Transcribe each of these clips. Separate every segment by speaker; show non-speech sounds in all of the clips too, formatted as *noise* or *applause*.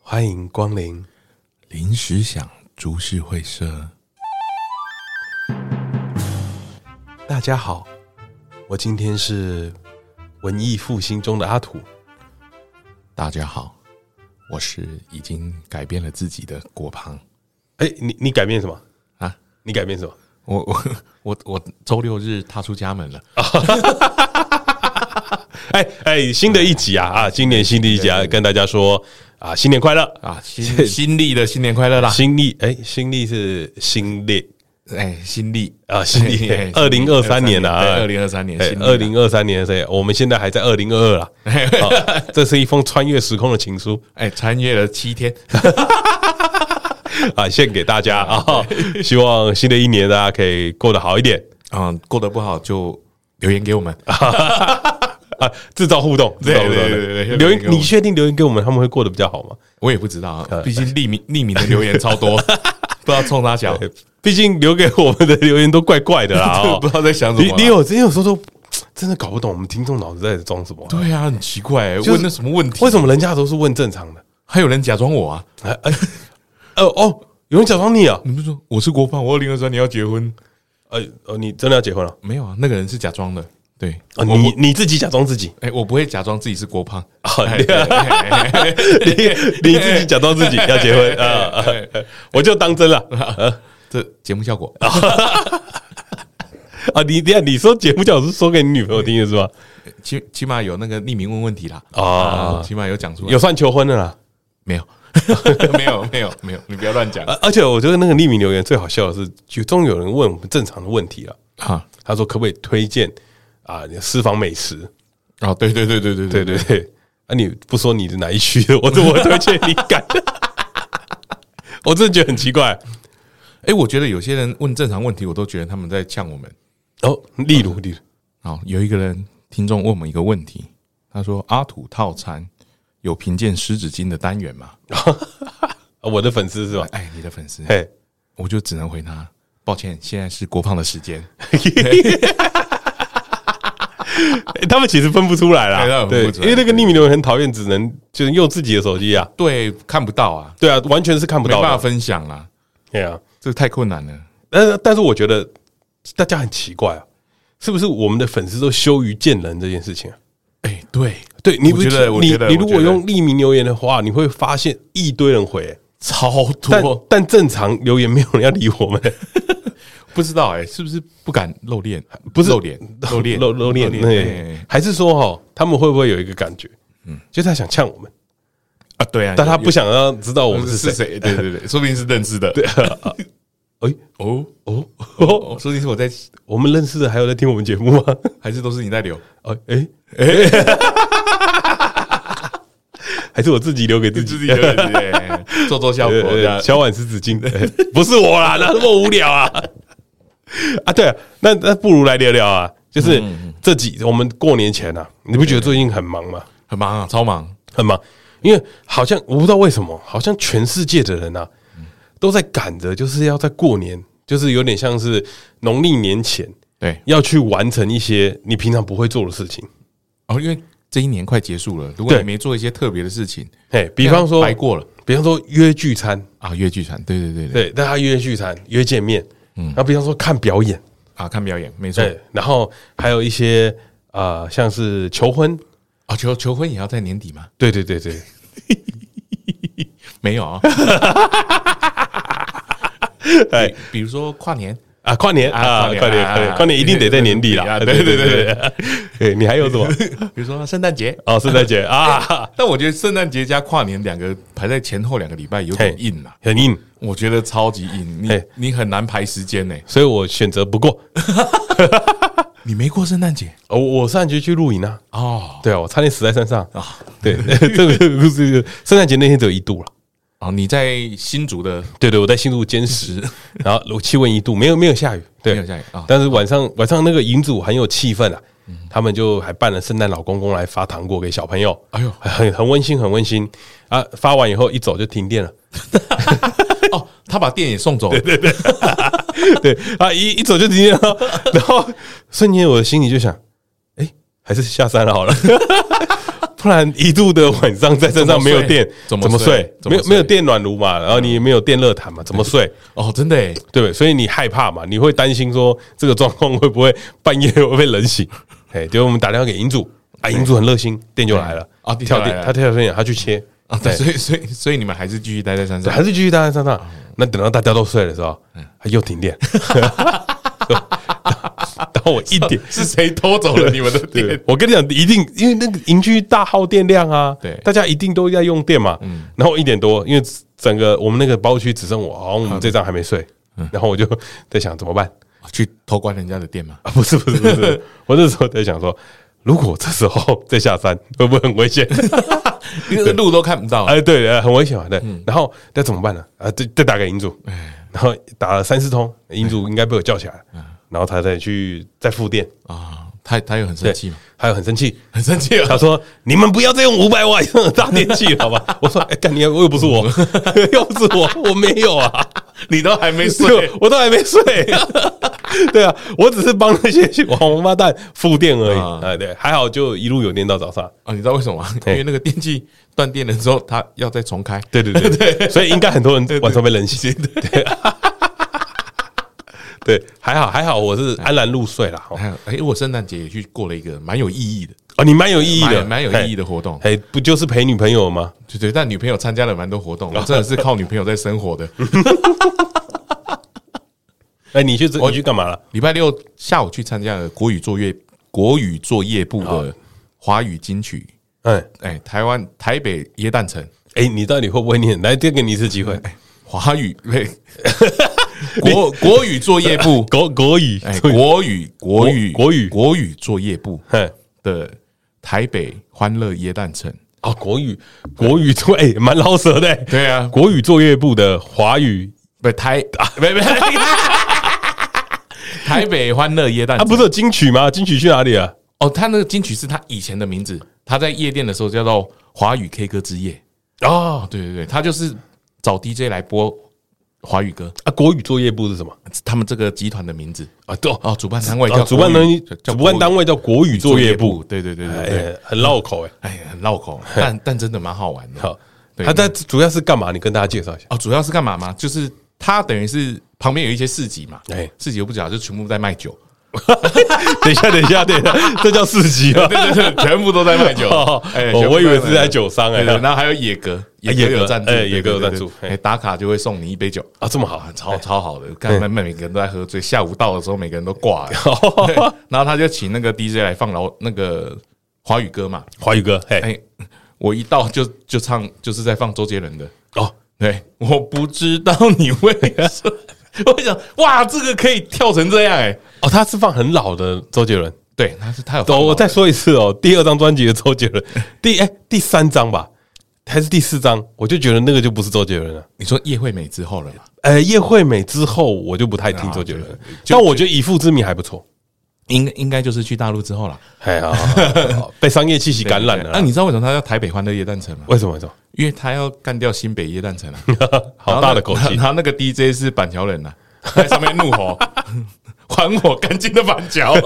Speaker 1: 欢迎光临。
Speaker 2: 临时想株式会社，
Speaker 1: 大家好，我今天是文艺复兴中的阿土。
Speaker 2: 大家好，我是已经改变了自己的果胖
Speaker 1: 哎、你你改变什么？
Speaker 2: 啊！
Speaker 1: 你改变什么？
Speaker 2: 我我我我周六日踏出家门了，
Speaker 1: 哎、哎、新的一集啊啊，今年新的一集啊，跟大家说啊，新年快乐！
Speaker 2: 啊，新新历的新年快乐啦！
Speaker 1: 新历哎、新历是新历
Speaker 2: 哎，新历哎
Speaker 1: 啊，新历二零二三年啊，
Speaker 2: 二零二三年，
Speaker 1: 哎，
Speaker 2: 新历啦
Speaker 1: 二零二三年，所以我们现在还在二零二
Speaker 2: *laughs*
Speaker 1: 二啦。好这是一封穿越时空的情书
Speaker 2: 哎，穿越了七天，
Speaker 1: 啊，献给大
Speaker 2: *laughs*
Speaker 1: 家啊！希望新的一年大家可以过得好一点
Speaker 2: 嗯，过得不好就留言给我们，
Speaker 1: 啊，制造互动，制造互动
Speaker 2: 对对对对
Speaker 1: 留
Speaker 2: 留言
Speaker 1: 言，
Speaker 2: 给我们
Speaker 1: 你确定留言给我们，他们会过得比较好吗？
Speaker 2: 我也不知道啊，毕竟匿名匿名的留言超 *laughs* 多，不知道冲他小，
Speaker 1: 哎毕竟留给我们的留言都怪怪
Speaker 2: *laughs*
Speaker 1: 的啦。哦
Speaker 2: 不知道在想什
Speaker 1: 你
Speaker 2: 么啦。啊
Speaker 1: 你有你有时候都真的搞不懂我们听众脑子在装什么啊，
Speaker 2: 对啊，很奇怪，
Speaker 1: 是
Speaker 2: 问那什么问题？
Speaker 1: 为什么人家都是问正常的？
Speaker 2: 还有人假装我啊？
Speaker 1: 哎哎，哦哦，有人假装你啊？
Speaker 2: 你不是说我是国放，我二零二三年要结婚？
Speaker 1: 呃呃，你真的要结婚了？
Speaker 2: 没有啊，那个人是假装的。对，
Speaker 1: 啊，
Speaker 2: 我
Speaker 1: 你
Speaker 2: 不
Speaker 1: 你自己假装自己。 *laughs*
Speaker 2: 哎、我不会假装自己是国胖。
Speaker 1: 啊
Speaker 2: 哎
Speaker 1: 你
Speaker 2: 对哎哎
Speaker 1: 你你自己假装自己要结婚啊，
Speaker 2: 哎
Speaker 1: 啊我就当真了啊
Speaker 2: 这节目效果，
Speaker 1: 啊！你等一下你说节目角是说给你女朋友听的是吧？
Speaker 2: 起起码有那个匿名问问题啦。
Speaker 1: 啊
Speaker 2: 啊，起码有讲出来。
Speaker 1: 有算求婚的啦。
Speaker 2: 没 *laughs* 有？没有，没有，没有，你不要乱讲
Speaker 1: 而而且我觉得那个匿名留言最好笑的是，就终于有人问我们正常的问题了。
Speaker 2: 啊！
Speaker 1: 他说可不可以推荐啊私房美食？
Speaker 2: 哦，对对对对对
Speaker 1: 对对对，啊你不说你的哪一区 *laughs* 的，我怎么会推荐你敢？ *laughs* 我真的觉得很奇怪。
Speaker 2: 哎、我觉得有些人问正常问题，我都觉得他们在呛我们。
Speaker 1: 哦，例如例如，
Speaker 2: 好，有一个人听众问我们一个问题，他说：“阿土套餐有评鉴湿纸巾的单元吗
Speaker 1: 啊我的粉丝是吧？”？
Speaker 2: 哎，你的粉丝，
Speaker 1: 嘿，
Speaker 2: 我就只能回他：抱歉，现在是国胖的时间。
Speaker 1: 欸他们其实分不出来
Speaker 2: 对他
Speaker 1: 啦，
Speaker 2: 们分不出来
Speaker 1: 因为那个匿名留言很讨厌，只能就是用自己的手机啊，
Speaker 2: 对，看不到啊，
Speaker 1: 对啊，完全是看不
Speaker 2: 没
Speaker 1: 到
Speaker 2: 办法
Speaker 1: 的，
Speaker 2: 分享啦，
Speaker 1: 对啊。
Speaker 2: 这太困难了。
Speaker 1: 但是但是我觉得大家很奇怪啊，是不是我们的粉丝都羞于见人这件事情啊？
Speaker 2: 哎、对，
Speaker 1: 对你不
Speaker 2: 我觉得我
Speaker 1: 你
Speaker 2: 觉得
Speaker 1: 你
Speaker 2: 我
Speaker 1: 如
Speaker 2: 觉
Speaker 1: 果
Speaker 2: 得
Speaker 1: 用匿名留言的话，你会发现一堆人回、
Speaker 2: 超
Speaker 1: 但
Speaker 2: 多，
Speaker 1: 但正常留言没有人要理我
Speaker 2: *laughs*
Speaker 1: 们，
Speaker 2: 不知道哎、是不是不敢露脸？
Speaker 1: 不是 *laughs*
Speaker 2: 露脸，露脸，
Speaker 1: 露露脸，
Speaker 2: 哎
Speaker 1: 对，还是说哦，他们会不会有一个感觉，嗯，就是他想呛我们，
Speaker 2: 啊，对啊，
Speaker 1: 但他
Speaker 2: 有
Speaker 1: 不想让知道我
Speaker 2: 有
Speaker 1: 们
Speaker 2: 是
Speaker 1: 是谁。
Speaker 2: 谁？对对对， *laughs* 说不定是认识的。对，
Speaker 1: 哎
Speaker 2: 哦
Speaker 1: 哦哦，
Speaker 2: 哦，说不定是我在，
Speaker 1: 我们认识的还有在听我们节目吗？ *laughs*
Speaker 2: 还是都是你在留？
Speaker 1: 哎哎哎， *laughs* 还是我自己留给自己
Speaker 2: 自。己留言哎做做效果
Speaker 1: 对
Speaker 2: 这
Speaker 1: 对
Speaker 2: 样
Speaker 1: 对，。呃小碗是纸巾，哎不是我啦，那么无聊啊！ *laughs* 啊，对啊，那那不如来聊聊啊，就是这几我们过年前啊，你不觉得最 *laughs* 近很忙吗？
Speaker 2: 很忙啊，超忙。
Speaker 1: 很忙，因为好像我不知道为什么，好像全世界的人啊，都在赶着，就是要在过年，就是有点像是农历年前
Speaker 2: 对，
Speaker 1: 要去完成一些你平常不会做的事情。
Speaker 2: 哦，因为这一年快结束了，如果
Speaker 1: 对
Speaker 2: 你没做一些特别的事情，
Speaker 1: 哎，比方说
Speaker 2: 白，过了
Speaker 1: 比方说约聚餐，
Speaker 2: 啊，越剧团，对对对对，
Speaker 1: 对，大家约聚餐、约见面，嗯，然后比方说看表演，
Speaker 2: 啊，看表演，没错。
Speaker 1: 对，然后还有一些呃，像是求婚，
Speaker 2: 啊，求求婚也要在年底吗？
Speaker 1: 对对对对，
Speaker 2: 没有啊。
Speaker 1: 哎
Speaker 2: 比比如说跨年， *laughs*
Speaker 1: 啊，跨年
Speaker 2: 啊
Speaker 1: 啊，
Speaker 2: 跨年
Speaker 1: 跨年
Speaker 2: 啊
Speaker 1: 跨年跨年一定得在年底啦，
Speaker 2: 啊
Speaker 1: 对
Speaker 2: 对
Speaker 1: 对
Speaker 2: 对
Speaker 1: 对
Speaker 2: 对
Speaker 1: 对， *laughs* 对你还有什么？
Speaker 2: 比如说圣诞节。
Speaker 1: 哦，圣诞节啊，
Speaker 2: 但我觉得圣诞节加跨年两个排在前后两个礼拜有
Speaker 1: 嘿
Speaker 2: 点硬啦，
Speaker 1: 很硬，啊
Speaker 2: 我觉得超级硬，你
Speaker 1: 嘿
Speaker 2: 你很难排时间呢。
Speaker 1: 所以我选择不过。
Speaker 2: 你没过圣诞节
Speaker 1: 哦，我上学去露营啊，
Speaker 2: 哦
Speaker 1: 对啊，我差点死在山上。
Speaker 2: 啊
Speaker 1: 对， *laughs* 这个这个故事就是圣诞节那天只有一度了。
Speaker 2: 哦，你在新竹的
Speaker 1: 对对，我在新竹坚
Speaker 2: *laughs*
Speaker 1: 持，然后我气温一度，没有没有下雨，对，
Speaker 2: 没有下雨啊嗯
Speaker 1: 但是晚上晚上那个营主很有气氛啊，他们就还办了圣诞老公公来发糖果给小朋友，
Speaker 2: 哎呦
Speaker 1: 很很温馨，很温馨啊！发完以后一走就停电了， *laughs*
Speaker 2: 哦，他把店也送走了，
Speaker 1: *laughs* 对啊，一一走就停电了，然后瞬间我的心里就想，哎、还是下山了好了， *laughs* 不然一度的晚上在山上没有电，
Speaker 2: 怎么
Speaker 1: 么
Speaker 2: 睡
Speaker 1: 睡？
Speaker 2: 怎么
Speaker 1: 没有
Speaker 2: 睡
Speaker 1: 没有电暖炉嘛，然后你也没有电热毯嘛，怎么睡？
Speaker 2: 哦，真的耶，
Speaker 1: 对不对？所以你害怕嘛，你会担心说这个状况会不会半夜会被冷
Speaker 2: *laughs*
Speaker 1: 醒？哎，结果我们打电话给银主啊，银主很热心，电就来了
Speaker 2: 啊电就
Speaker 1: 跳
Speaker 2: 来
Speaker 1: 电
Speaker 2: 了，
Speaker 1: 他跳电，他去切
Speaker 2: 啊，对，所嗯以所以所以你们还是继续待在山
Speaker 1: 对
Speaker 2: 上，
Speaker 1: 还是继续待在山上。那等到大家都睡了之后，
Speaker 2: 嗯
Speaker 1: 他又停电。
Speaker 2: *laughs*
Speaker 1: 到我一
Speaker 2: *laughs*
Speaker 1: 点，
Speaker 2: 是谁偷走了你们的
Speaker 1: 对
Speaker 2: 电？，
Speaker 1: 我跟你讲，一定因为那个营区大耗电量啊，
Speaker 2: 对嗯
Speaker 1: 大家一定都在用电嘛。然后一点多，因为整个我们那个包区只剩我，好像
Speaker 2: 嗯
Speaker 1: 我们这站还没睡，然后我就在想怎么办
Speaker 2: 去偷关人家的电吗？
Speaker 1: 啊？不是不是不是，我那时候在想说，如果这时候再下山，会不会很危险？
Speaker 2: 因为路都看不到，
Speaker 1: 哎，对，呃很危险嘛，对。然后那怎么办呢？啊，再再打给银主，然后打了三四通，银主应该被我叫起来了，然后他再去再复电，
Speaker 2: 啊，他他有很生
Speaker 1: 对
Speaker 2: 气吗？，
Speaker 1: 还有很生气，
Speaker 2: 很生气啊！
Speaker 1: 他说：“你们不要再用五百瓦以上的大电器了，好吧？”
Speaker 2: *laughs*
Speaker 1: 我说：“哎、干你又不是我，又不是我，我没有啊，
Speaker 2: *laughs* 你都还没
Speaker 1: 对，我都还没
Speaker 2: *laughs*
Speaker 1: 睡。对啊，我只是帮那些王八蛋付电而
Speaker 2: 啊
Speaker 1: 已。哎、对，还好就一路有电到早上。
Speaker 2: 啊！你知道为什么吗？因为那个电器断电了之后，它要再重开。
Speaker 1: 对对 *laughs* 对对，所以应该很多人晚上被冷醒。对，对，还好还好，我是安然入睡啦。哦
Speaker 2: 还有，哎，我圣诞节也去过了一个蛮有意义的、
Speaker 1: 哦，你蛮有意义的，
Speaker 2: 蛮蛮有意义的活动。
Speaker 1: 哎。哎，不就是陪女朋友吗？
Speaker 2: 对对，但女朋友参加了蛮多活
Speaker 1: 哦
Speaker 2: 动，我真的是靠女朋友在生活的。
Speaker 1: 哎，你去你去干嘛了？
Speaker 2: 礼拜六下午去参加了国语作业国语作业部的华语金曲，
Speaker 1: 哎
Speaker 2: 哎，台湾台北耶诞城
Speaker 1: 哎，你到底会不会念？来，再给你一次机会。
Speaker 2: 嗯华语
Speaker 1: *laughs*
Speaker 2: 对国国语作业 *laughs* 部，
Speaker 1: 国国语，
Speaker 2: 哎，国语国语
Speaker 1: 国国语
Speaker 2: 国语作业部
Speaker 1: *laughs* 嘿，
Speaker 2: 的台北欢乐耶诞城，
Speaker 1: 哦，国语，国语作，哎，蛮老舌的，
Speaker 2: 对啊，
Speaker 1: 国语作业部的华语
Speaker 2: 不台 *laughs* 啊，没
Speaker 1: *laughs*
Speaker 2: 没。台北欢乐耶
Speaker 1: 啊，
Speaker 2: 诞城
Speaker 1: 不是有金曲吗？金曲去哪里啊？
Speaker 2: 哦，他那个金曲是他以前的名字，他在夜店的时候叫做华语 K 歌之夜。
Speaker 1: 哦，
Speaker 2: 对对对，他就是找 DJ 来播华语歌，
Speaker 1: 啊，国语作业部是什么？
Speaker 2: 他们这个集团的名字
Speaker 1: 啊，对，
Speaker 2: 哦，主办单位
Speaker 1: 啊
Speaker 2: 叫
Speaker 1: 主办
Speaker 2: 国
Speaker 1: 单
Speaker 2: 语
Speaker 1: 位，
Speaker 2: 叫
Speaker 1: 主办单位叫国语作业部，
Speaker 2: 对对对对对，
Speaker 1: 哎，很绕口哎。
Speaker 2: 哎，很
Speaker 1: *laughs*
Speaker 2: 绕口，但但真的蛮好玩的。
Speaker 1: 好，
Speaker 2: 对
Speaker 1: 他在主要是干嘛？你跟大家介绍一
Speaker 2: *laughs*
Speaker 1: 下。
Speaker 2: 哦，主要是干嘛嘛？就是它等于是旁边有一些市集嘛，
Speaker 1: 哎
Speaker 2: 市集又不讲，就全部在卖酒，
Speaker 1: *laughs* 等一下，等一下，等一下，这叫市集啊
Speaker 2: *laughs* 对！对对，全部都在卖酒
Speaker 1: 哦。
Speaker 2: *laughs* 哎，
Speaker 1: 哦
Speaker 2: 全部
Speaker 1: 我以为
Speaker 2: 都在卖
Speaker 1: 是在酒商哎
Speaker 2: 对对然后还有野格，野
Speaker 1: 野
Speaker 2: 格
Speaker 1: 格
Speaker 2: 有赞助，
Speaker 1: 哎
Speaker 2: 对
Speaker 1: 野格有
Speaker 2: 对对
Speaker 1: 赞助
Speaker 2: 对
Speaker 1: 哎
Speaker 2: 哎，打卡就会送你一杯酒。
Speaker 1: 啊，这么好
Speaker 2: 啊，，超超好的，看每每个人都在喝醉，下午到的时候每个人都挂了，
Speaker 1: 哦
Speaker 2: 对然后他就请那个 DJ 来放老那个华语歌嘛，
Speaker 1: 华语歌，哎，
Speaker 2: 哎，我一到就就唱，就是在放周杰伦的，
Speaker 1: 哦，
Speaker 2: 对，我不知道你为
Speaker 1: *laughs*
Speaker 2: 什么，我想哇，这个可以跳成这样哎、
Speaker 1: 哦，他是放很老的周杰伦。
Speaker 2: 对，他是他有
Speaker 1: 哦，
Speaker 2: 放
Speaker 1: 我
Speaker 2: 到
Speaker 1: 再说一次哦，第二张专辑的周杰伦， *laughs* 第哎、第三张吧，还是第四张，我就觉得那个就不是周杰伦了。
Speaker 2: 你说叶惠美之后了嘛？
Speaker 1: 呃，叶惠美之后我就不太听周杰伦，
Speaker 2: 啊
Speaker 1: 了，但我觉得以父之名还不错。
Speaker 2: 应该应该就是去大陆之后了，
Speaker 1: 哎呀，好 *laughs* 被商业气息感染
Speaker 2: 对啊
Speaker 1: 了
Speaker 2: 那、
Speaker 1: 啦。
Speaker 2: 你知道为什么他叫台北欢乐夜诞城吗？
Speaker 1: 为什么？为什么？ *laughs*
Speaker 2: 因为他要干掉新北夜诞城啊，
Speaker 1: 好大的口气
Speaker 2: *laughs* 然！后那个 DJ 是板桥人呐、啊，在上面怒吼：“ *laughs* 还我干净的板
Speaker 1: *laughs*
Speaker 2: 桥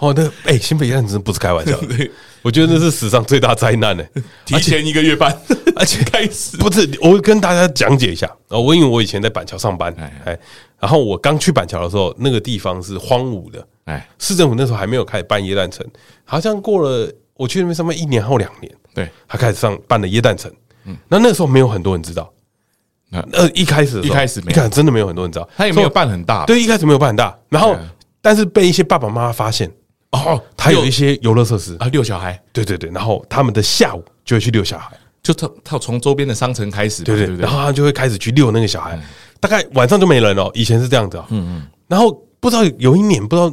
Speaker 1: 哦，那哎、新北夜诞城不是开玩笑
Speaker 2: *laughs*
Speaker 1: 的，我觉得那是史上最大灾难呢、！”
Speaker 2: 提前一个月半，
Speaker 1: *laughs* 而且
Speaker 2: *laughs* 开始
Speaker 1: 不是，我跟大家讲解一下啊、哦，我因为我以前在板桥上班，
Speaker 2: 哎
Speaker 1: 哎，然后我刚去板桥的时候，那个地方是荒芜的，
Speaker 2: 哎，
Speaker 1: 市政府那时候还没有开始办耶诞城，好像过了我去那边上班一年后两年，
Speaker 2: 对，
Speaker 1: 他开始上办了耶诞城。嗯，那那时候没有很多人知道，
Speaker 2: 那
Speaker 1: 呃，一开始的时候
Speaker 2: 一开始没有
Speaker 1: 一开始真的没有很多人知道，
Speaker 2: 他也没有
Speaker 1: 所以
Speaker 2: 办很大，
Speaker 1: 对，一开始没有办很大，然后
Speaker 2: 对啊
Speaker 1: 但是被一些爸爸妈妈发现，
Speaker 2: 哦，
Speaker 1: 他有
Speaker 2: 六
Speaker 1: 一些游乐设施，
Speaker 2: 啊六小孩，
Speaker 1: 对对对，然后他们的下午就会去遛小孩，
Speaker 2: 就他他从周边的商城开始嘛，
Speaker 1: 对
Speaker 2: 对
Speaker 1: 对
Speaker 2: 不
Speaker 1: 啊对，然？
Speaker 2: 对
Speaker 1: 后他就会开始去遛那个小孩，大概晚上就没人了，以前是这样子啊，嗯嗯，然后不知道有一年不知道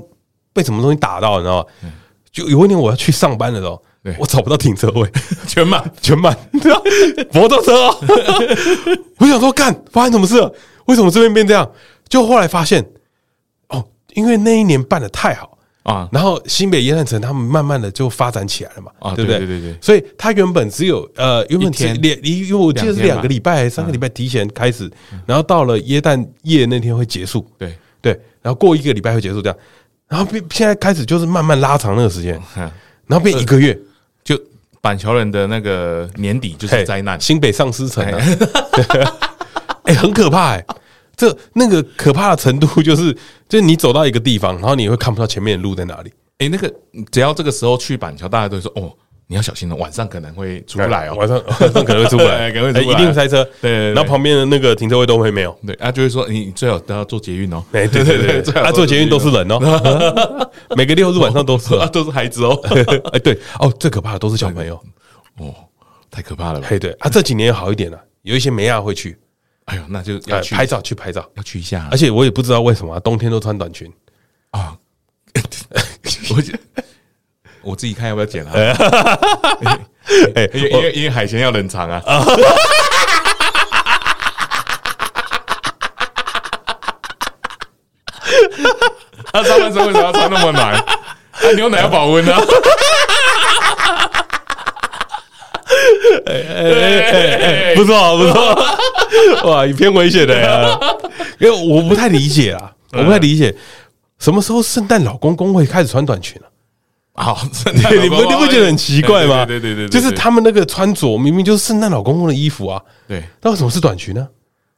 Speaker 1: 被什么东西打到，你知道吗？就有一年我要去上班的时候
Speaker 2: 对，
Speaker 1: 我找不到停车位，
Speaker 2: *laughs*
Speaker 1: *laughs*
Speaker 2: 全满，
Speaker 1: 全满， *laughs* 摩托车、哦。 *laughs* 我想说，干，发生什么事了？为什么这边变这样？就后来发现，哦，因为那一年办的太好
Speaker 2: 啊
Speaker 1: 然后新北耶诞城他们慢慢的就发展起来了嘛，
Speaker 2: 啊
Speaker 1: 对不对？
Speaker 2: 对对对对
Speaker 1: 所以它原本只有呃，原本只
Speaker 2: 一天
Speaker 1: 两，因为我记得是
Speaker 2: 两天吧
Speaker 1: 两个礼拜、三个礼拜提前开始，然后到了耶诞夜那天会结束，
Speaker 2: 对，
Speaker 1: 对，然后过一个礼拜会结束这样。然后变现在开始就是慢慢拉长那个时间，
Speaker 2: 哼
Speaker 1: 然后变一个月，
Speaker 2: 就板桥人的那个年底就是
Speaker 1: 嘿
Speaker 2: 灾难，
Speaker 1: 新北上司城啊， *laughs* 哎，很可怕哎。这那个可怕的程度，就是就是你走到一个地方，然后你会看不到前面的路在哪里。
Speaker 2: 哎、那个只要这个时候去板桥，大家都会说哦，你要小心了，晚上可能会出不来哦。
Speaker 1: 晚上 *laughs* 晚上可能会出不来，
Speaker 2: *laughs* 哎可能会出不
Speaker 1: 哎
Speaker 2: 来
Speaker 1: 一定塞车。
Speaker 2: 对对对
Speaker 1: 然后旁边的那个停车位都会没有。
Speaker 2: 对，啊，就会说你最好都要坐捷运哦。
Speaker 1: 哎，对 *laughs* 对对，
Speaker 2: 最
Speaker 1: 对
Speaker 2: 好
Speaker 1: 啊，坐捷运都是人哦， *laughs* 每个六日晚上都是
Speaker 2: 啊，
Speaker 1: 人。
Speaker 2: 都是孩子哦。
Speaker 1: *laughs* 哎，对哦，最可怕的都是小朋友。
Speaker 2: 哦，太可怕了吧？
Speaker 1: 嘿，对啊，这几年好一点了，有一些梅亚会去
Speaker 2: 哎呦，那就要
Speaker 1: 呃
Speaker 2: 去
Speaker 1: 拍，照，去拍照。
Speaker 2: 要去一下
Speaker 1: 而且我也不知道为什么啊冬天都穿短裙，哎
Speaker 2: 啊。 *laughs* 我觉得我自己看要不要剪啊？ *laughs*
Speaker 1: 哎，
Speaker 2: 因为因为因为海鲜要冷
Speaker 1: *laughs*
Speaker 2: 藏啊。他上半身为什么要穿那
Speaker 1: *laughs*
Speaker 2: 么暖？他牛奶要保温啊！ *laughs*
Speaker 1: 哎不错不
Speaker 2: *laughs*
Speaker 1: 错，哇，偏危险的呀，
Speaker 2: 啊
Speaker 1: 因为我不太理解啊，我不
Speaker 2: 嗯
Speaker 1: 太理解什么时候圣诞老公公会开始穿短裙啊？
Speaker 2: 好，
Speaker 1: 对，你不你不觉得很奇怪吗？
Speaker 2: 啊哎对对对，对
Speaker 1: 就是他们那个穿着明明就是圣诞老公公的衣服啊，
Speaker 2: 对
Speaker 1: 那为什么是短裙呢？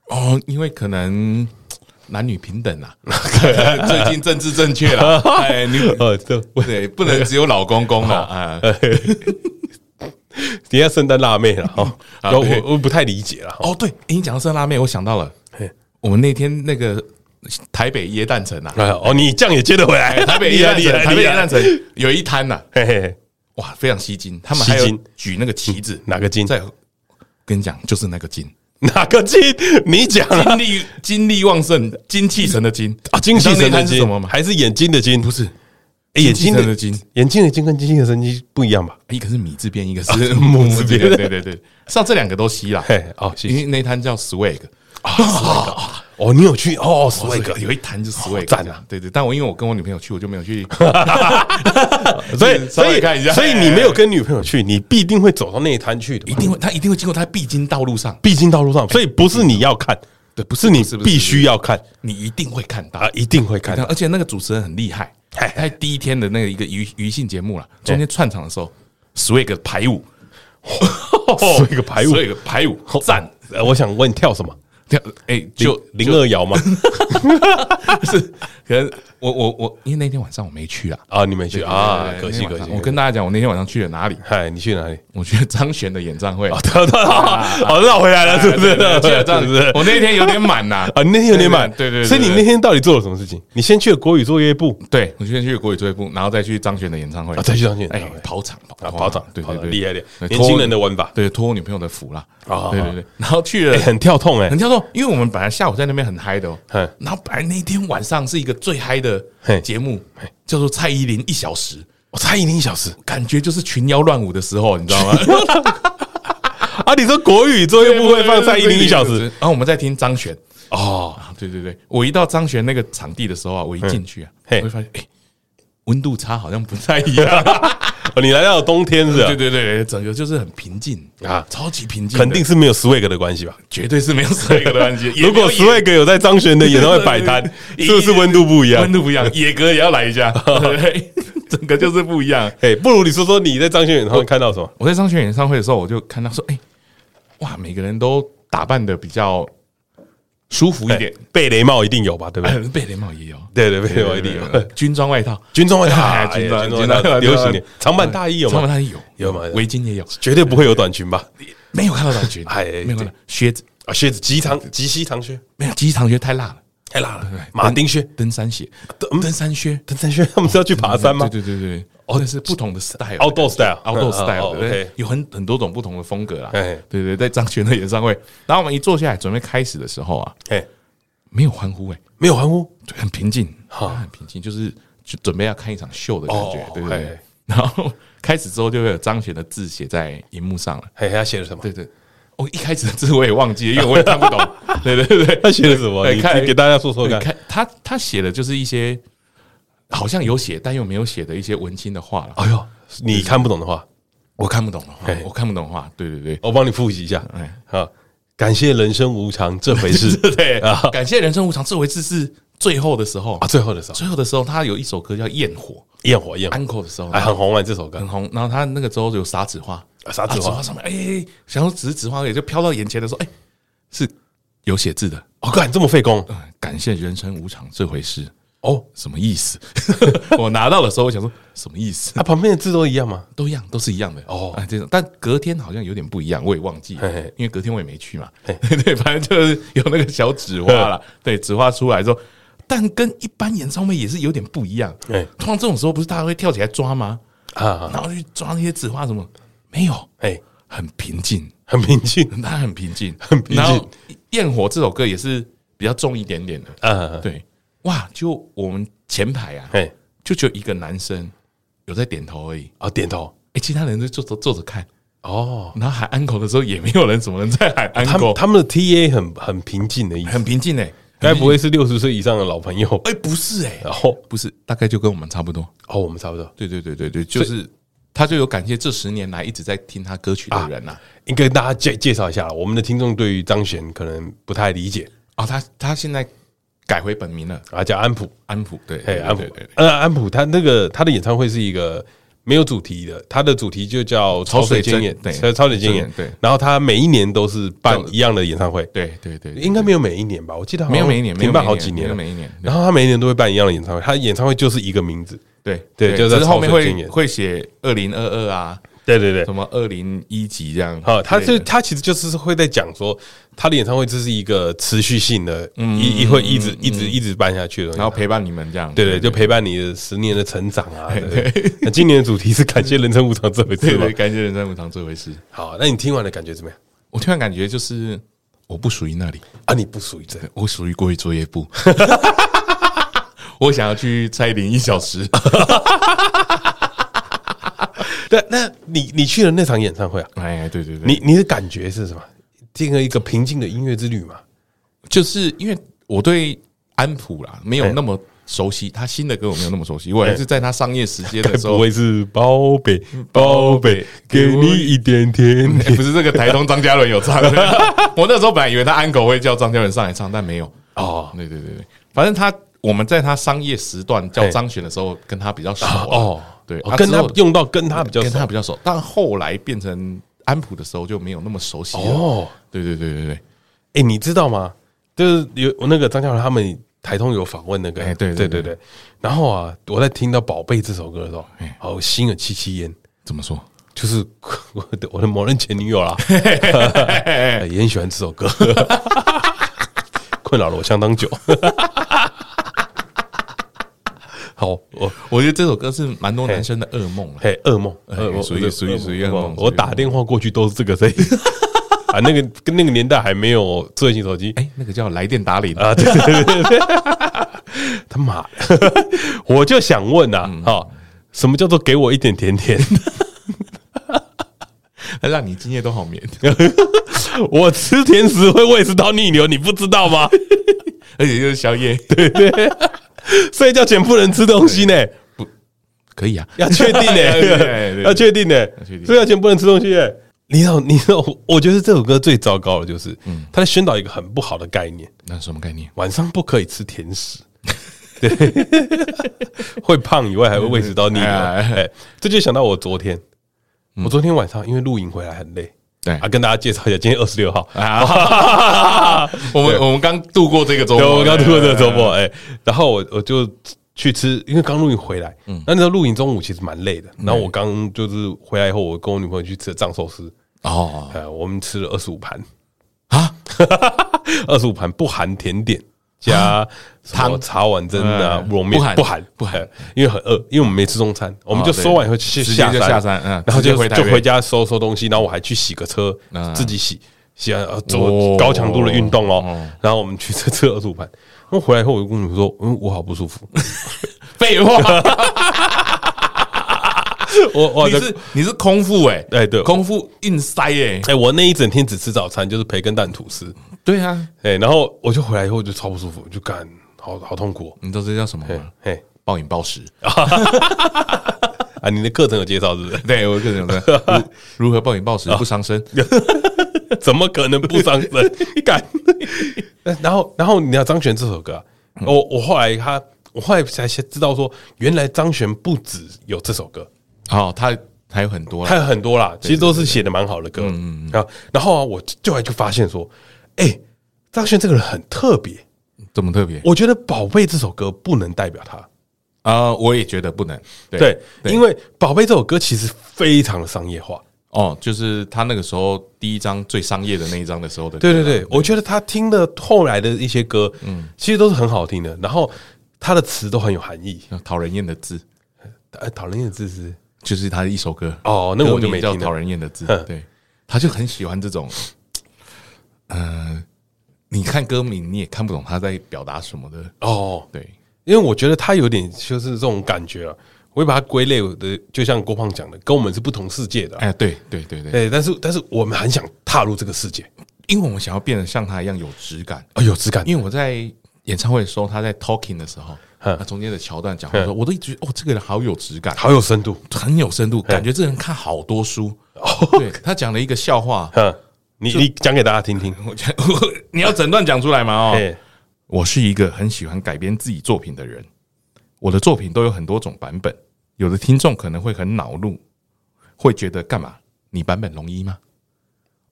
Speaker 2: 哦，因为可 *laughs* 能男女平等啊，最近政治正确 *laughs* 了，哎，你
Speaker 1: 呃，这我
Speaker 2: 对不能只有老公公了啊，
Speaker 1: 呃 *laughs* 等一下圣诞辣妹了哈，
Speaker 2: *laughs* 啊
Speaker 1: 我
Speaker 2: 对
Speaker 1: 我我不太理解了哈。哎
Speaker 2: 哦，对，诶你讲到酸辣面，我想到了
Speaker 1: 嘿，
Speaker 2: 我们那天那个台北椰蛋城啊，
Speaker 1: 哎哦，你这样也接得回来啊
Speaker 2: 哎，
Speaker 1: *laughs*
Speaker 2: 台北椰
Speaker 1: 厉害
Speaker 2: *laughs*
Speaker 1: 厉害
Speaker 2: 蛋城，台北
Speaker 1: 厉
Speaker 2: 椰
Speaker 1: 害
Speaker 2: 蛋城有一摊呐，
Speaker 1: 嘿嘿嘿，
Speaker 2: 哇，非常吸睛，他们还
Speaker 1: 吸
Speaker 2: 有
Speaker 1: 睛
Speaker 2: 举那个旗子，
Speaker 1: 哪个金？
Speaker 2: 在跟你讲，就是那个 *laughs* 金。
Speaker 1: 哪个金？你讲啊
Speaker 2: 精力精力旺盛，精气神的精
Speaker 1: 啊，精气神
Speaker 2: 你知道
Speaker 1: 的
Speaker 2: 那摊是
Speaker 1: 精
Speaker 2: 什么吗？
Speaker 1: 还是眼睛的睛？不
Speaker 2: 不，是，
Speaker 1: 眼睛
Speaker 2: 精气神的
Speaker 1: 的
Speaker 2: 精，
Speaker 1: 眼睛的睛跟精气神的精不一样吧？
Speaker 2: 一个是米字边，一个是 *laughs*
Speaker 1: 木
Speaker 2: 啊字
Speaker 1: 字边
Speaker 2: 对对对，像这两个都吸啦。
Speaker 1: 嘿，哦，谢
Speaker 2: 因
Speaker 1: 谢。
Speaker 2: 为那一摊叫 swag，
Speaker 1: 哦，你有去哦，swag，
Speaker 2: swag 有一摊就 swag，
Speaker 1: 赞啊
Speaker 2: 这样对对，但我因为我跟我女朋友去，我就没
Speaker 1: *laughs*
Speaker 2: 有去。
Speaker 1: 所以
Speaker 2: 呃稍微
Speaker 1: 所以
Speaker 2: 看一下
Speaker 1: 所以你没有跟女朋友去，你必定会走到那一摊去的
Speaker 2: 一
Speaker 1: 嘛，
Speaker 2: 定会，他一定会经过他必经道路上，
Speaker 1: 必经道路上，所以不是你要看，
Speaker 2: 对
Speaker 1: 不是你
Speaker 2: 不是不是
Speaker 1: 必须要看
Speaker 2: 你一定会看到
Speaker 1: 啊。，一定会看
Speaker 2: 看到，而且那个主持人很厉害，
Speaker 1: 嘿哦
Speaker 2: 他第一天的那个一个娱娱性节目了，中间串场的时候，swag 排舞哦
Speaker 1: 哦，swag 排舞
Speaker 2: ，swag 排舞，赞！
Speaker 1: 呃我想问跳什么？
Speaker 2: 这样哎，就
Speaker 1: *laughs* 就零二摇
Speaker 2: *laughs*
Speaker 1: 吗？
Speaker 2: 是，可能我我我，因为那天晚上我没去啊，
Speaker 1: 啊，你没去啊，可惜
Speaker 2: 那天
Speaker 1: 可
Speaker 2: 晚上
Speaker 1: 惜。
Speaker 2: 我跟大家讲，我那天晚上去了哪里？
Speaker 1: 嗨，你去哪里？
Speaker 2: 我去了张悬的演唱会
Speaker 1: 哦，， *laughs* 得到
Speaker 2: *laughs*
Speaker 1: 哦，绕回
Speaker 2: 啊
Speaker 1: 来了，是不是？
Speaker 2: 去了张
Speaker 1: 是不是？
Speaker 2: 我那天有点满呐，
Speaker 1: *laughs* 啊，你那天有点满，
Speaker 2: 对对对对
Speaker 1: 所以你那天到底做了什么事情？你先去了国语作业部
Speaker 2: 对我先去国语作业部，然后再去张悬的演唱会
Speaker 1: 啊，，再去张信
Speaker 2: 哎
Speaker 1: 哎，，
Speaker 2: 跑场跑
Speaker 1: 啊，跑场，
Speaker 2: 对
Speaker 1: 跑
Speaker 2: 对
Speaker 1: 场
Speaker 2: 对，
Speaker 1: 厉害点，
Speaker 2: 对
Speaker 1: 年轻人的玩法，
Speaker 2: 对，托我女朋友的福啦。
Speaker 1: 啊
Speaker 2: 对对对，然后去了
Speaker 1: 哎，很跳痛哎
Speaker 2: 很，跳动，因为我们本来下午在那边很嗨的哦
Speaker 1: 嗯，
Speaker 2: 然后本来那天晚上是一个最嗨的
Speaker 1: 嘿哦
Speaker 2: 节目，叫做蔡依林一小时，
Speaker 1: 我差一零小时
Speaker 2: 感觉就是群妖乱舞的时候，你知道吗？ *laughs*
Speaker 1: 啊！你说国语作业部会放蔡依林一小时，
Speaker 2: 然后我们在听张悬
Speaker 1: 哦，
Speaker 2: 啊，对对对，我一到张悬那个场地的时候啊，我一进去啊，我
Speaker 1: 嘿
Speaker 2: 会发现，哎，温度差好像不
Speaker 1: *laughs*
Speaker 2: 太一样，
Speaker 1: 哎哦你来到冬天是吧
Speaker 2: 对？对对，整个就是很平静啊
Speaker 1: 啊，
Speaker 2: 超级平静的，
Speaker 1: 肯定是没有 swag 的关系吧？
Speaker 2: 绝对是没有这个
Speaker 1: *laughs*
Speaker 2: 关系。也没有
Speaker 1: 如果
Speaker 2: 野，
Speaker 1: swag 有在张悬的演唱会摆摊
Speaker 2: 对对对
Speaker 1: 是不是温度不一样
Speaker 2: 温？度不一样，野哥也要来一下，对对对整个就是不一样。
Speaker 1: 哎，不如你说说你在张悬演唱会看到什么？
Speaker 2: 我在张学友演唱会的时候，我就看到说，哎、哇，每个人都打扮的比较舒服一点，
Speaker 1: 哎贝雷帽一定有吧？对不
Speaker 2: *laughs*
Speaker 1: 对？
Speaker 2: 呃贝雷帽也有，
Speaker 1: 对对，贝雷帽一定
Speaker 2: 对
Speaker 1: 有。
Speaker 2: 对军装外套，
Speaker 1: 军装外套
Speaker 2: 哎，
Speaker 1: 哎
Speaker 2: 军
Speaker 1: 军
Speaker 2: 装
Speaker 1: 装
Speaker 2: 军
Speaker 1: 外
Speaker 2: 装
Speaker 1: 套，
Speaker 2: 外套
Speaker 1: 流行点，长版大衣有
Speaker 2: 长
Speaker 1: 吗
Speaker 2: 版？大衣有
Speaker 1: 有吗
Speaker 2: 围巾也有，
Speaker 1: 绝对不会有短裙吧？
Speaker 2: 没有看到短裙，
Speaker 1: 哎
Speaker 2: 没有看到靴子，
Speaker 1: 啊，靴子极长极膝长靴，哎
Speaker 2: 没有，机场靴太辣了，
Speaker 1: 太辣了，马丁靴、
Speaker 2: 登山鞋，
Speaker 1: 嗯
Speaker 2: 登山靴，
Speaker 1: 登山靴，他 *laughs* 们是要去爬山吗
Speaker 2: 对对对对，哦，那是不同的 style。
Speaker 1: ？Outdoor 啊 style，哦
Speaker 2: outdoor style 的，对
Speaker 1: ，OK，
Speaker 2: 有很很多种不同的风格啦。
Speaker 1: 哎
Speaker 2: 对对，对在张悬的演唱会，然后我们一坐下来准备开始的时候啊，
Speaker 1: 哎，
Speaker 2: 没有欢呼哎、
Speaker 1: 没有欢呼，
Speaker 2: 对，很平静，
Speaker 1: 好
Speaker 2: 很平静，就是就准备要看一场秀的感觉
Speaker 1: 哦，
Speaker 2: 对不对
Speaker 1: 嘿？
Speaker 2: 然后开始之后就会有张悬的字写在荧幕上了，
Speaker 1: 嘿，他写了什么？
Speaker 2: 对对。哦，一开始的字我也忘记了，因为我也看不
Speaker 1: *laughs*
Speaker 2: 懂。对对对
Speaker 1: 他写了什么？
Speaker 2: 对
Speaker 1: 你
Speaker 2: 看
Speaker 1: 你给大家说说
Speaker 2: 对，
Speaker 1: 看。
Speaker 2: 看他他写的就是一些好像有写但又没有写的一些文青的话了，
Speaker 1: 哎呦，你看不懂的话，
Speaker 2: 啊我看不懂的话
Speaker 1: 嘿，
Speaker 2: 我看不懂的话，对对对。
Speaker 1: 我帮你复习一下
Speaker 2: 哎。
Speaker 1: 啊，感谢人生无常这回事。
Speaker 2: *laughs* 对
Speaker 1: 啊
Speaker 2: 感谢人生无常，这回事是最后的时候
Speaker 1: 啊，，最后的时候
Speaker 2: 最后的时候，他有一首歌叫《焰火
Speaker 1: 焰火焰》火
Speaker 2: ，uncle 的时候
Speaker 1: 还很红啊，这首歌
Speaker 2: 很红。然后他那个时候有撒纸花，
Speaker 1: 啊撒纸花
Speaker 2: 上面，哎，想要只是纸花而已，也就飘到眼前的时候，哎，是有写字的。
Speaker 1: 哦，干这么费工
Speaker 2: 嗯感谢人生无常这回事，
Speaker 1: 哦，
Speaker 2: 什么意思？ *laughs* 我拿到的时候，我想说什么意思？
Speaker 1: 它啊旁边的字都一样吗？
Speaker 2: 都一样，都是一样的
Speaker 1: 哦
Speaker 2: 啊，这种，但隔天好像有点不一样，我也忘记
Speaker 1: 嘿
Speaker 2: 了
Speaker 1: 嘿，
Speaker 2: 因为隔天我也没去嘛。 *laughs* 对，反正就是有那个小纸花啦，对，纸花出来之后，但跟一般演唱会也是有点不一样。
Speaker 1: 嘿
Speaker 2: 通常这种时候不是大家会跳起来抓吗？
Speaker 1: 啊，
Speaker 2: 然后去抓那些纸花什么？没有，
Speaker 1: 哎，
Speaker 2: 很平静，
Speaker 1: 很平静
Speaker 2: 他很平静，
Speaker 1: 很平静
Speaker 2: 然后《焰火》这首歌也是比较重一点点的，
Speaker 1: 啊，
Speaker 2: 对，哇，就我们前排啊，
Speaker 1: 哎，
Speaker 2: 就只有一个男生有在点头而已，
Speaker 1: 哦，点头
Speaker 2: 哎，其他人都坐着坐着看。
Speaker 1: 哦，
Speaker 2: 然后喊安口的时候，也没有人怎么能在喊安
Speaker 1: 他
Speaker 2: 口
Speaker 1: 们，他们的 T A 很很平静的意思，
Speaker 2: 很平静哎、
Speaker 1: 该不会是六十岁以上的老朋友？ *laughs*
Speaker 2: 哎、不是哎、
Speaker 1: 然后
Speaker 2: 不是，大概就跟我们差不多。
Speaker 1: 哦，我们差不多
Speaker 2: 对对对对对，就是他就有感谢这十年来一直在听他歌曲的人呐、啊。
Speaker 1: 应该跟大家介介绍一下了。我们的听众对于张悬可能不太理解
Speaker 2: 啊哦他他现在改回本名了，
Speaker 1: 啊，叫安普，
Speaker 2: 安普。对，
Speaker 1: 嘿，
Speaker 2: 对
Speaker 1: 安普
Speaker 2: 对对对，，
Speaker 1: 呃，安普他那个他的演唱会是一个没有主题的，他的主题就叫潮水经验，
Speaker 2: 对
Speaker 1: 潮潮水经验，
Speaker 2: 对
Speaker 1: 然后他每一年都是办
Speaker 2: 就
Speaker 1: 一样的演唱会，
Speaker 2: 对对对对，
Speaker 1: 应该没有每一年吧？我记得好像
Speaker 2: 没有每一年，没
Speaker 1: 停
Speaker 2: 有
Speaker 1: 办好几年
Speaker 2: 没有
Speaker 1: 了。
Speaker 2: 每一年。
Speaker 1: 然后他每一年都会办一样的演唱会，他演唱会就是一个名字，
Speaker 2: 对
Speaker 1: 对就
Speaker 2: 只
Speaker 1: 在
Speaker 2: 是后面
Speaker 1: 潮水经
Speaker 2: 会
Speaker 1: 验
Speaker 2: 会写二零二二啊，
Speaker 1: 对对对
Speaker 2: 什，么二零一几这样之类的。
Speaker 1: 好，他就他其实就是会在讲说，他的演唱会这是一个持续性的，
Speaker 2: 嗯
Speaker 1: 一一会一直一直一直办下去的东西，啊
Speaker 2: 然后陪伴你们这样。
Speaker 1: 对对，就陪伴你的十年的成长啊。对对那今年的主题是感谢人生无常这回
Speaker 2: 对
Speaker 1: 事嘛
Speaker 2: 对，？感谢人生无常这回事。
Speaker 1: 好，那你听完的感觉怎么样？
Speaker 2: 我突然感觉就是我不属于那里，
Speaker 1: 啊，你不属于这个，
Speaker 2: 我属于国语作业部。 *laughs* 我想要去蔡依林一
Speaker 1: *laughs*
Speaker 2: 小时，
Speaker 1: 那那你你去了那场演唱会啊？
Speaker 2: 哎，对对对，
Speaker 1: 你你的感觉是什么？听了一个平静的音乐之旅嘛？
Speaker 2: 就是因为我对安普啦没有那么熟悉，他新的歌我没有那么熟悉，我还是在他商业时间
Speaker 1: 该
Speaker 2: 的
Speaker 1: *laughs*
Speaker 2: 时
Speaker 1: 哎不
Speaker 2: 候，
Speaker 1: 会是宝贝宝贝，给你一点甜 *laughs*
Speaker 2: *laughs* 哎
Speaker 1: 甜
Speaker 2: 不是这个台东张嘉伦
Speaker 1: *laughs*
Speaker 2: 有唱，我那时候本来以为他安狗会叫张嘉伦上来唱，但没有。
Speaker 1: 哦
Speaker 2: 对对对对，反正他我们在他商业时段叫
Speaker 1: 哎
Speaker 2: 张悬的时候，跟他比较熟啊
Speaker 1: 哦，
Speaker 2: 对，
Speaker 1: 哦跟
Speaker 2: 之
Speaker 1: 他
Speaker 2: 后
Speaker 1: 用到跟他比较
Speaker 2: 跟
Speaker 1: 熟
Speaker 2: 他比较熟，但后来变成安普的时候就没有那么熟悉了。
Speaker 1: 哦。
Speaker 2: 对对对对对，
Speaker 1: 哎、你知道吗？就是有我那个张嘉伦他们台通有访问那个，
Speaker 2: 哎对
Speaker 1: 对
Speaker 2: 对
Speaker 1: 对
Speaker 2: 对
Speaker 1: 对。然后啊，我在听到《宝贝》这首歌的时候
Speaker 2: 哎，
Speaker 1: 好心有戚戚焉，
Speaker 2: 怎么说？
Speaker 1: 就是 *laughs* 我的我的某任前女友
Speaker 2: *laughs*
Speaker 1: 啦，呃也很喜欢这首歌， *laughs* 困扰了我相当久。好，我
Speaker 2: 我觉得这首歌是蛮多男生的噩梦了。
Speaker 1: 嘿，噩梦，
Speaker 2: 哎
Speaker 1: 噩梦
Speaker 2: 属于
Speaker 1: 我
Speaker 2: 属于
Speaker 1: 噩梦
Speaker 2: 属于噩梦嗯
Speaker 1: 我打电话过去都是这个声音 *laughs* 啊，那个跟那个年代还没有智慧型手机，
Speaker 2: 哎，那个叫来电打铃，
Speaker 1: 啊，对对对对对，他妈的，我就想问啊，
Speaker 2: 嗯
Speaker 1: 哈，什么叫做给我一点甜 *laughs* 甜？
Speaker 2: 让你今夜都好眠。 *laughs*
Speaker 1: 我吃甜食会胃食道逆流，你不知道吗？
Speaker 2: 而且就是宵夜，
Speaker 1: 对对，睡觉前不能吃东西呢，
Speaker 2: 可 *laughs* 以啊。
Speaker 1: *laughs* 要确定
Speaker 2: 对对
Speaker 1: 呢，
Speaker 2: 哎对
Speaker 1: 要确定呢
Speaker 2: 确，定
Speaker 1: 睡觉前不能吃东西呢。你知道，你知道，我觉得这首歌最糟糕的就是，
Speaker 2: 嗯
Speaker 1: 他在宣导一个很不好的概念，
Speaker 2: 那什么概念？
Speaker 1: 晚上不可以吃甜
Speaker 2: *laughs*
Speaker 1: 食，对， *laughs* 会胖以外还会胃食道逆流。
Speaker 2: 哎嗯哎哎
Speaker 1: 哎，这就想到我昨天，我昨天晚上因为露营回来很累
Speaker 2: 对
Speaker 1: 啊，跟大家介绍一下，今天二十六号，
Speaker 2: 啊， *laughs* 我们我们刚度过这个周
Speaker 1: 对，
Speaker 2: 末，
Speaker 1: 我刚度过这个周末，哎，然后我我就去吃，因为刚露营回来，那你知道露营中午其实蛮累的，然后我刚就是回来以后，我跟我女朋友去吃了藏寿司，
Speaker 2: 哦
Speaker 1: 呃，我们吃了二十五盘，
Speaker 2: 啊，
Speaker 1: *laughs* 二十五盘不含甜点加汤
Speaker 2: 汤
Speaker 1: 茶碗蒸啊
Speaker 2: 啊哎
Speaker 1: 乌龙面
Speaker 2: 不含
Speaker 1: 不含
Speaker 2: 不含哦
Speaker 1: 哎因为很饿，因为我们没吃中餐，我们就
Speaker 2: 对
Speaker 1: 收完以后去
Speaker 2: 直接
Speaker 1: 下
Speaker 2: 就下山嗯
Speaker 1: 然后
Speaker 2: 直接
Speaker 1: 就
Speaker 2: 回台
Speaker 1: 就
Speaker 2: 北
Speaker 1: 回家收收东西，然后我还去洗个车，
Speaker 2: 嗯
Speaker 1: 自己洗洗完呃
Speaker 2: 哦
Speaker 1: 做高强度的运动哦
Speaker 2: 哦，
Speaker 1: *laughs* 然后我们去吃吃二十五盘，然后回来以后我就跟你说，嗯，我好不舒
Speaker 2: *laughs*
Speaker 1: 服，
Speaker 2: 废
Speaker 1: *laughs*
Speaker 2: 话，
Speaker 1: 我我好
Speaker 2: 你
Speaker 1: 像
Speaker 2: 是你是空腹哎，
Speaker 1: 哦哎对
Speaker 2: 空腹硬塞哎，
Speaker 1: 哎，我那一整天只吃早餐，就是培根蛋吐司，
Speaker 2: 对啊，
Speaker 1: 哎，然后我就回来以后就超不舒服，我就干好好痛苦哦，
Speaker 2: 你知道这叫什么吗？
Speaker 1: 嘿
Speaker 2: 暴饮暴食。
Speaker 1: 啊，你的课程有介绍是不是？
Speaker 2: *laughs* 对我个人有的
Speaker 1: *laughs*
Speaker 2: 如如何暴饮暴食
Speaker 1: 啊
Speaker 2: 不伤身，
Speaker 1: *laughs* 怎么可能不伤身？干！然后，然后你知道张悬这首歌啊、我我后来他，我后来才知道说，原来张悬不止有这首歌，
Speaker 2: 好，他还有很多啦，
Speaker 1: 还有很多啦，其实都是写的蛮好的歌。嗯啊，然后啊，我就来就发现说，哎，张悬这个人很特别。
Speaker 2: 这么特别
Speaker 1: 我觉得《宝贝》这首歌不能代表他，
Speaker 2: 啊！我也觉得不能，
Speaker 1: 对，因为《宝贝》这首歌其实非常的商业化。
Speaker 2: 哦，就是他那个时候第一张最商业的那一张的时候的歌
Speaker 1: 对
Speaker 2: 啊，
Speaker 1: 对对，我觉得他听的后来的一些歌，嗯，其实都是很好听的，然后他的词都很有含义。
Speaker 2: 那讨人厌的字，
Speaker 1: 呃，讨人厌的字是
Speaker 2: 就是他的一首歌。
Speaker 1: 哦那个我就
Speaker 2: 歌名
Speaker 1: 没
Speaker 2: 叫
Speaker 1: 听了
Speaker 2: 讨人厌的字
Speaker 1: 哼，
Speaker 2: 对，他就很喜欢这种，呃，你看歌名你也看不懂他在表达什么的，
Speaker 1: 哦，
Speaker 2: 对，
Speaker 1: 因为我觉得他有点就是这种感觉啊，我会把它归类的，就像郭胖讲的，跟我们是不同世界的啊、
Speaker 2: 哎，对对对对，
Speaker 1: 对，但是但是我们很想踏入这个世界，
Speaker 2: 因为我们想要变得像他一样有质感，
Speaker 1: 哦，有质感，
Speaker 2: 因为我在演唱会的时候，他在 talking 的时候，
Speaker 1: 嗯
Speaker 2: 他中间的桥段讲话的时候，我都一直觉得哦，这个人好有质感，
Speaker 1: 好有深度。
Speaker 2: 很有深度，感觉这个人看好多书。
Speaker 1: 哦
Speaker 2: 对他讲了一个笑话，
Speaker 1: 哼，你你讲给大家听听。
Speaker 2: 我觉得你要整段讲出来嘛哦。
Speaker 1: 哦哎，
Speaker 2: 我是一个很喜欢改编自己作品的人，我的作品都有很多种版本，有的听众可能会很恼怒，会觉得干嘛？你版本龙一吗？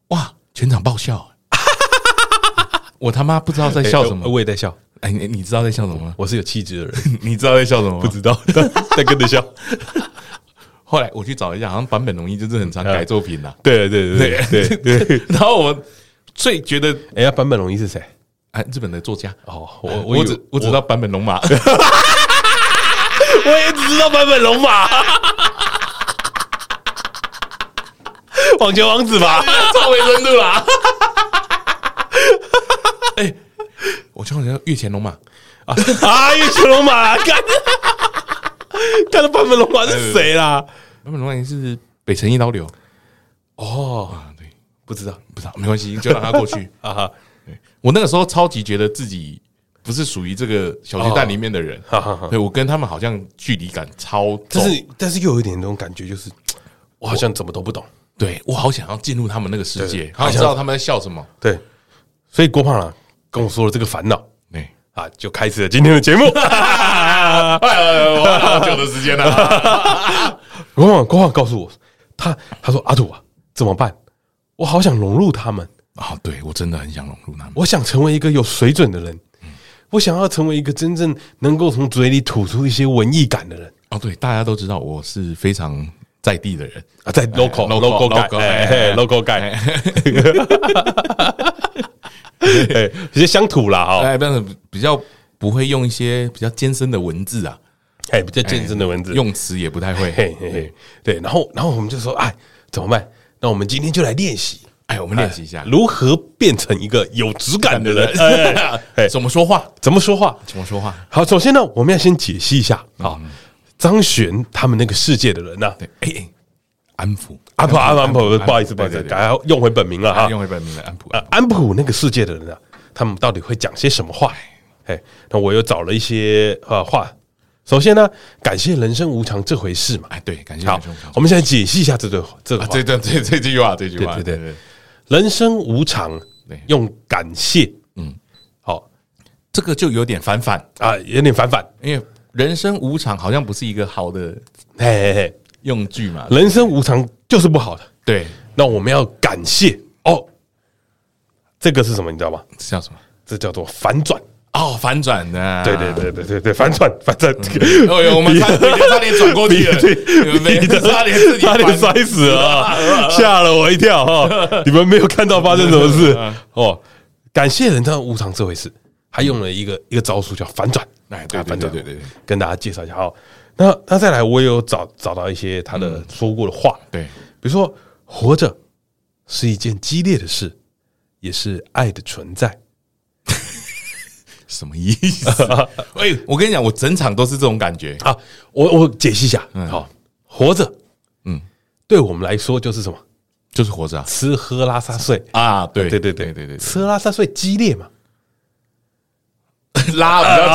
Speaker 2: 哇，全场爆笑、啊 *laughs* 我他妈不知道在笑什
Speaker 1: 哎
Speaker 2: 么。
Speaker 1: 我也在笑，
Speaker 2: 哎，你你知道在笑什么吗？
Speaker 1: 我是有气质的人，
Speaker 2: *laughs* 你知道在笑什么吗
Speaker 1: *laughs* 不？知道 *laughs* 在跟着笑。
Speaker 2: 后来我去找一下，好像版本龙一就是很常改作品啊啦。
Speaker 1: 对对对对对对。 *laughs*
Speaker 2: 然后我最觉得，
Speaker 1: 哎呀，坂本龙一是谁？
Speaker 2: 哎，日本的作家，
Speaker 1: 哦，
Speaker 2: 我
Speaker 1: 我
Speaker 2: 我
Speaker 1: 我
Speaker 2: 只我只知道版本龙马，
Speaker 1: 我也只知道坂本龙马，网球王子吧。
Speaker 2: *laughs* 超没深度啦。 *laughs* 哎，我突然想到月前龙马，
Speaker 1: 啊，月球龙马，干，看到版本龙马是谁啦？
Speaker 2: 版本龙马是北辰一刀流
Speaker 1: 哦，
Speaker 2: 啊，对，
Speaker 1: 不知道
Speaker 2: 不知道没关系，就让他过 *laughs* 去。
Speaker 1: 啊哈，
Speaker 2: 我那个时候超级觉得自己不是属于这个小巨蛋里面的人
Speaker 1: 哈哈哈，
Speaker 2: 对我跟他们好像距离感超
Speaker 1: 但
Speaker 2: 重，
Speaker 1: 是但是又有一点那种感觉，就是哦我好像怎么都不懂。
Speaker 2: 对我好想要进入他们那个世界
Speaker 1: 对，
Speaker 2: 好想知道他们在笑什么。
Speaker 1: 对，所以郭胖啊跟我说了这个烦恼
Speaker 2: 对，
Speaker 1: 啊，就开始了今天的节目。 *laughs*
Speaker 2: 哎，我花了好久的时间了。
Speaker 1: 郭胖郭胖告诉我，他他说阿土啊，怎么办？我好想融入他们，
Speaker 2: *laughs* 啊，对我真的很想融入他们。
Speaker 1: 我想成为一个有水准的人，我想要成为一个真正能够从嘴里吐出一些文艺感的人。
Speaker 2: 哦，对，大家都知道我是非常在地的人，
Speaker 1: 啊，在 local local
Speaker 2: local-
Speaker 1: guy，
Speaker 2: local-
Speaker 1: 哎
Speaker 2: 哎
Speaker 1: 哎
Speaker 2: 哎
Speaker 1: local guy，哎，有些乡土啦哈，
Speaker 2: 哎，但是比较不会用一些比较艰深的文字啊，
Speaker 1: 哎，比较健身的文字，
Speaker 2: 用词也不太会。
Speaker 1: 嘿嘿嘿，对，然后然后我们就说，哎，怎么办？那我们今天就来练习
Speaker 2: 哎，我们练习一下
Speaker 1: 如何变成一个有质感的人，哎哎，
Speaker 2: 怎么说话，
Speaker 1: 怎么说话？
Speaker 2: 怎么说话。
Speaker 1: 好，首先呢，我们要先解析一下啊，张悬他们那个世界的人呐，
Speaker 2: 对，哎哎，啊安抚，
Speaker 1: 安普安安普，不好意思不好意
Speaker 2: 对
Speaker 1: 思，
Speaker 2: 对对
Speaker 1: 改用回本名了哈
Speaker 2: 用，回本名来安抚
Speaker 1: 呃，安普那个世界的人啊，他们到底会讲些什么话？哎，那我又找了一些呃话。首先呢，感谢人生无常这回事嘛。
Speaker 2: 哎，对，感谢
Speaker 1: 好
Speaker 2: 感谢感谢，
Speaker 1: 我们现在解析一下这段这个
Speaker 2: 啊
Speaker 1: 话。
Speaker 2: 这段这这句话，这句话，
Speaker 1: 对对对
Speaker 2: 对，
Speaker 1: 人生无常
Speaker 2: 对，
Speaker 1: 用感谢，嗯，好
Speaker 2: 这个就有点反反，
Speaker 1: 啊，有点反反。
Speaker 2: 因为人生无常，好像不是一个好的
Speaker 1: 嘿嘿嘿，
Speaker 2: 用句嘛。
Speaker 1: 人生无常就是不好的，
Speaker 2: 对，
Speaker 1: 那我们要感谢哦。这个是什么？你知道吗？
Speaker 2: 这叫什么？
Speaker 1: 这叫做反转。
Speaker 2: 哦，反转的，
Speaker 1: 对对。对对对对，反转反转。
Speaker 2: 嗯哦呦，我
Speaker 1: *laughs*
Speaker 2: 们差我就差点转过去了，
Speaker 1: 对，
Speaker 2: 没差点自己
Speaker 1: 差点
Speaker 2: 翻
Speaker 1: 摔死
Speaker 2: *laughs*
Speaker 1: 了啊，吓了我一跳哈！你们没有看到发生什么
Speaker 2: *laughs*
Speaker 1: 事
Speaker 2: 嗯
Speaker 1: 哦？感谢人家无常这回事，还用了一个一个招数叫反转，
Speaker 2: 嗯哎对
Speaker 1: 啊
Speaker 2: 对
Speaker 1: 反转，
Speaker 2: 对对对对
Speaker 1: 跟大家介绍一下哦。那那再来，我也有找找到一些他的说过的话，
Speaker 2: 对，
Speaker 1: 比如说活着是一件激烈的事，也是爱的存在。
Speaker 2: 什么意思？ *laughs* 哎，我跟你讲，我整场都是这种感觉。
Speaker 1: 啊，我我解析一下，好，活着，嗯
Speaker 2: 嗯，
Speaker 1: 对我们来说就是什么？
Speaker 2: 就是活着啊！
Speaker 1: 吃喝拉撒睡，
Speaker 2: 啊，对
Speaker 1: 对对
Speaker 2: 对
Speaker 1: 对
Speaker 2: 对对 *laughs*
Speaker 1: 吃喝拉撒睡激烈嘛，
Speaker 2: 对，拉比较激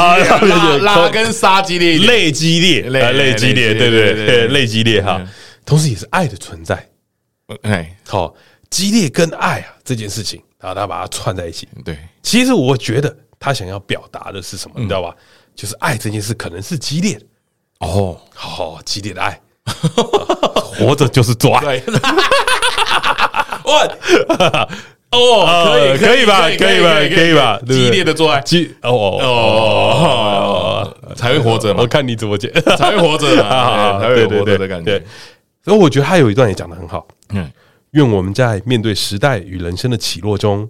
Speaker 2: 烈
Speaker 1: 啊
Speaker 2: 啊，
Speaker 1: 对对
Speaker 2: 拉
Speaker 1: 对
Speaker 2: 拉跟杀激烈一点，
Speaker 1: 累激烈，
Speaker 2: 累
Speaker 1: 啊累激烈，
Speaker 2: 累
Speaker 1: 对
Speaker 2: 对
Speaker 1: 对对，
Speaker 2: 对
Speaker 1: *laughs*
Speaker 2: 对
Speaker 1: 累激烈哈
Speaker 2: 嗯，
Speaker 1: 同时也是爱的存在。
Speaker 2: *laughs* 哎，
Speaker 1: 啊好，激烈跟爱啊这件事情，然后他把它串在一起。
Speaker 2: 对，
Speaker 1: 其实我觉得他想要表达的是什么，你知道吧？就是爱这件事可能是激烈的，
Speaker 2: 哦，
Speaker 1: 好、激烈的 *laughs* 爱，活着就是做爱。
Speaker 2: 对， *laughs* 哇，
Speaker 1: *laughs*
Speaker 2: 哦，可
Speaker 1: 呃
Speaker 2: 以，
Speaker 1: 可以吧？可以吧？可以吧？对不对
Speaker 2: 激烈的做爱，
Speaker 1: 激哦哦
Speaker 2: 哦，才会活着
Speaker 1: *laughs*
Speaker 2: 嘛
Speaker 1: 我，看你怎么
Speaker 2: *laughs*
Speaker 1: 解，
Speaker 2: 才会活着嘛，
Speaker 1: 啊
Speaker 2: 对哎才会有
Speaker 1: 对
Speaker 2: 活
Speaker 1: 对对
Speaker 2: 着的感觉
Speaker 1: 对。所以我觉得他有一段也讲的很好，
Speaker 2: 嗯，
Speaker 1: 愿我们在面对时代与人生的起落中，